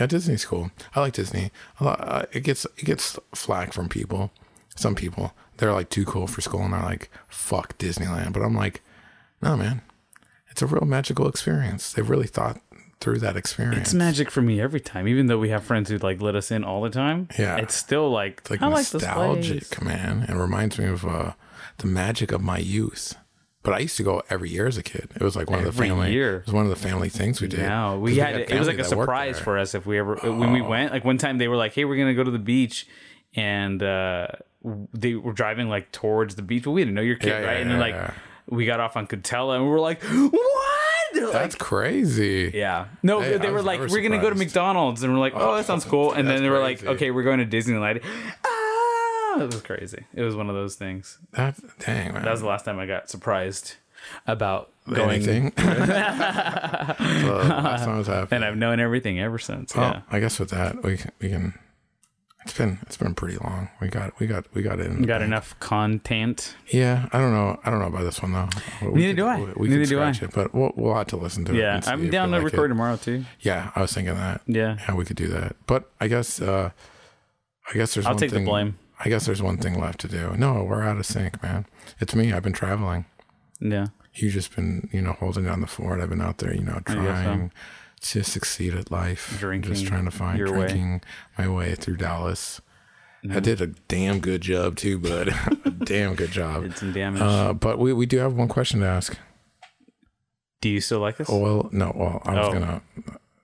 [SPEAKER 1] Yeah, Disney's cool. I like Disney. A lot, uh, it gets it gets flack from people. Some people they're like too cool for school and they're like fuck Disneyland. But I'm like, no man, it's a real magical experience. They've really thought through that experience.
[SPEAKER 2] It's magic for me every time, even though we have friends who like let us in all the time.
[SPEAKER 1] Yeah.
[SPEAKER 2] it's still like,
[SPEAKER 1] like
[SPEAKER 2] I like this place.
[SPEAKER 1] nostalgic, man. It reminds me of uh, the magic of my youth. But I used to go every year as a kid. It was like one of the
[SPEAKER 2] Every
[SPEAKER 1] family.
[SPEAKER 2] year.
[SPEAKER 1] It was one of the family things we did.
[SPEAKER 2] No, we
[SPEAKER 1] 'Cause
[SPEAKER 2] had,
[SPEAKER 1] had
[SPEAKER 2] it was like
[SPEAKER 1] family
[SPEAKER 2] a
[SPEAKER 1] that worked
[SPEAKER 2] surprise
[SPEAKER 1] there. Oh.
[SPEAKER 2] for us if we ever when we went. Like one time they were like, "Hey, we're gonna go to the beach," and uh, they were driving like towards the beach, but we didn't know your kid,
[SPEAKER 1] Yeah, yeah,
[SPEAKER 2] right? and then
[SPEAKER 1] yeah,
[SPEAKER 2] like
[SPEAKER 1] yeah.
[SPEAKER 2] we got off on Coachella, and we were like, "What?" They're like,
[SPEAKER 1] That's crazy.
[SPEAKER 2] Yeah. No,
[SPEAKER 1] Hey,
[SPEAKER 2] they
[SPEAKER 1] I
[SPEAKER 2] were
[SPEAKER 1] was
[SPEAKER 2] like,
[SPEAKER 1] never
[SPEAKER 2] we're going to go to
[SPEAKER 1] surprised.
[SPEAKER 2] McDonald's. And we're like, oh, that sounds cool. And
[SPEAKER 1] that's
[SPEAKER 2] then they were like,
[SPEAKER 1] crazy.
[SPEAKER 2] okay, we're going to Disneyland. Ah, it was crazy. It was one of those things.
[SPEAKER 1] That dang man.
[SPEAKER 2] That was the last time I got surprised about going.
[SPEAKER 1] Hmm. anything. so last time was happening.
[SPEAKER 2] And I've known everything ever since.
[SPEAKER 1] well,
[SPEAKER 2] yeah.
[SPEAKER 1] I guess with that we can, we can. It's been it's been pretty long. We got we got we got it. In the
[SPEAKER 2] Got
[SPEAKER 1] bank.
[SPEAKER 2] enough content.
[SPEAKER 1] Yeah, I don't know. I don't know about this one though. We
[SPEAKER 2] Neither
[SPEAKER 1] could-
[SPEAKER 2] do I.
[SPEAKER 1] We, we
[SPEAKER 2] Neither
[SPEAKER 1] could
[SPEAKER 2] do I.
[SPEAKER 1] scratch It, but we'll we'll have to listen to it.
[SPEAKER 2] Yeah.
[SPEAKER 1] and see if
[SPEAKER 2] I'm
[SPEAKER 1] we
[SPEAKER 2] down to
[SPEAKER 1] like it.
[SPEAKER 2] record tomorrow, too.
[SPEAKER 1] Yeah, I was thinking that.
[SPEAKER 2] Yeah.
[SPEAKER 1] Yeah, we could do that. But I guess uh I guess there's
[SPEAKER 2] I'll
[SPEAKER 1] one
[SPEAKER 2] take the
[SPEAKER 1] thing-
[SPEAKER 2] blame.
[SPEAKER 1] I guess there's one thing left to do. No, we're out of sync, man. It's me. I've been traveling.
[SPEAKER 2] Yeah.
[SPEAKER 1] you've just been, you know, holding down the fort. I've been out there, you know,
[SPEAKER 2] guess so.
[SPEAKER 1] trying to succeed at life.
[SPEAKER 2] Drinking
[SPEAKER 1] just trying to find
[SPEAKER 2] your way.
[SPEAKER 1] drinking my way through Dallas. I did a damn good job too, bud. a damn good job.
[SPEAKER 2] Did some damage.
[SPEAKER 1] Uh, but we, we do have one question to ask.
[SPEAKER 2] Do you still like us?
[SPEAKER 1] Well, no, well, I was
[SPEAKER 2] Oh.
[SPEAKER 1] gonna.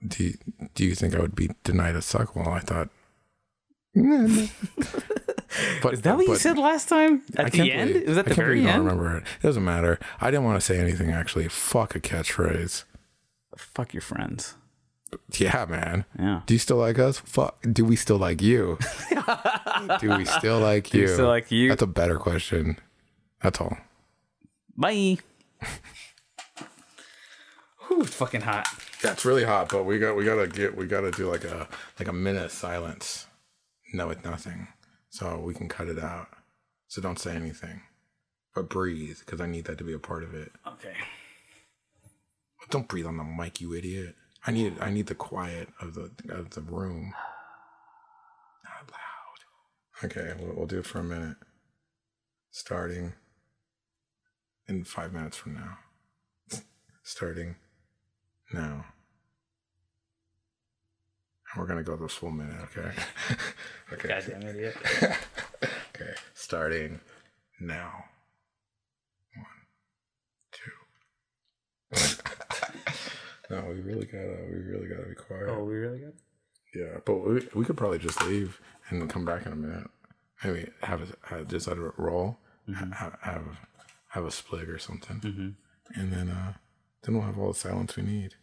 [SPEAKER 1] Do do you think I would be denied a suck? Well, I thought. Nah, nah. but
[SPEAKER 2] Is that what you
[SPEAKER 1] but-
[SPEAKER 2] said last time? At
[SPEAKER 1] I
[SPEAKER 2] the
[SPEAKER 1] can't
[SPEAKER 2] end?
[SPEAKER 1] believe-
[SPEAKER 2] it was at
[SPEAKER 1] I
[SPEAKER 2] the
[SPEAKER 1] can't believe
[SPEAKER 2] very
[SPEAKER 1] I
[SPEAKER 2] end?
[SPEAKER 1] don't remember it. It doesn't matter. I didn't want to say anything actually. Fuck a catchphrase.
[SPEAKER 2] Fuck your friends.
[SPEAKER 1] Yeah, man.
[SPEAKER 2] Yeah.
[SPEAKER 1] Do you still like us? Fuck. Do we still like you? Do we still like you?
[SPEAKER 2] we still like you?
[SPEAKER 1] That's a better question. That's all.
[SPEAKER 2] Bye. Whew, it's fucking hot.
[SPEAKER 1] Yeah, it's really hot, but we got we gotta get we gotta do like a like a minute of silence. No, with nothing, so we can cut it out. So don't say anything. but breathe because I need that to be a part of it.
[SPEAKER 2] Okay.
[SPEAKER 1] Don't breathe on the mic, you idiot. I need I need the quiet of the of the room. Not loud. Okay, we'll, we'll do it for a minute. Starting in five minutes from now. Starting now. And we're gonna go the full minute, okay? okay.
[SPEAKER 2] Goddamn idiot.
[SPEAKER 1] okay, starting now. One, two. no, we really gotta, we really gotta be quiet.
[SPEAKER 2] Oh, we really good?
[SPEAKER 1] Yeah, but we, we could probably just leave and then come back in a minute. Maybe have a, have just let it roll, ha- ha- have have a split or something,
[SPEAKER 2] Mm-hmm.
[SPEAKER 1] and then uh, then we'll have all the silence we need.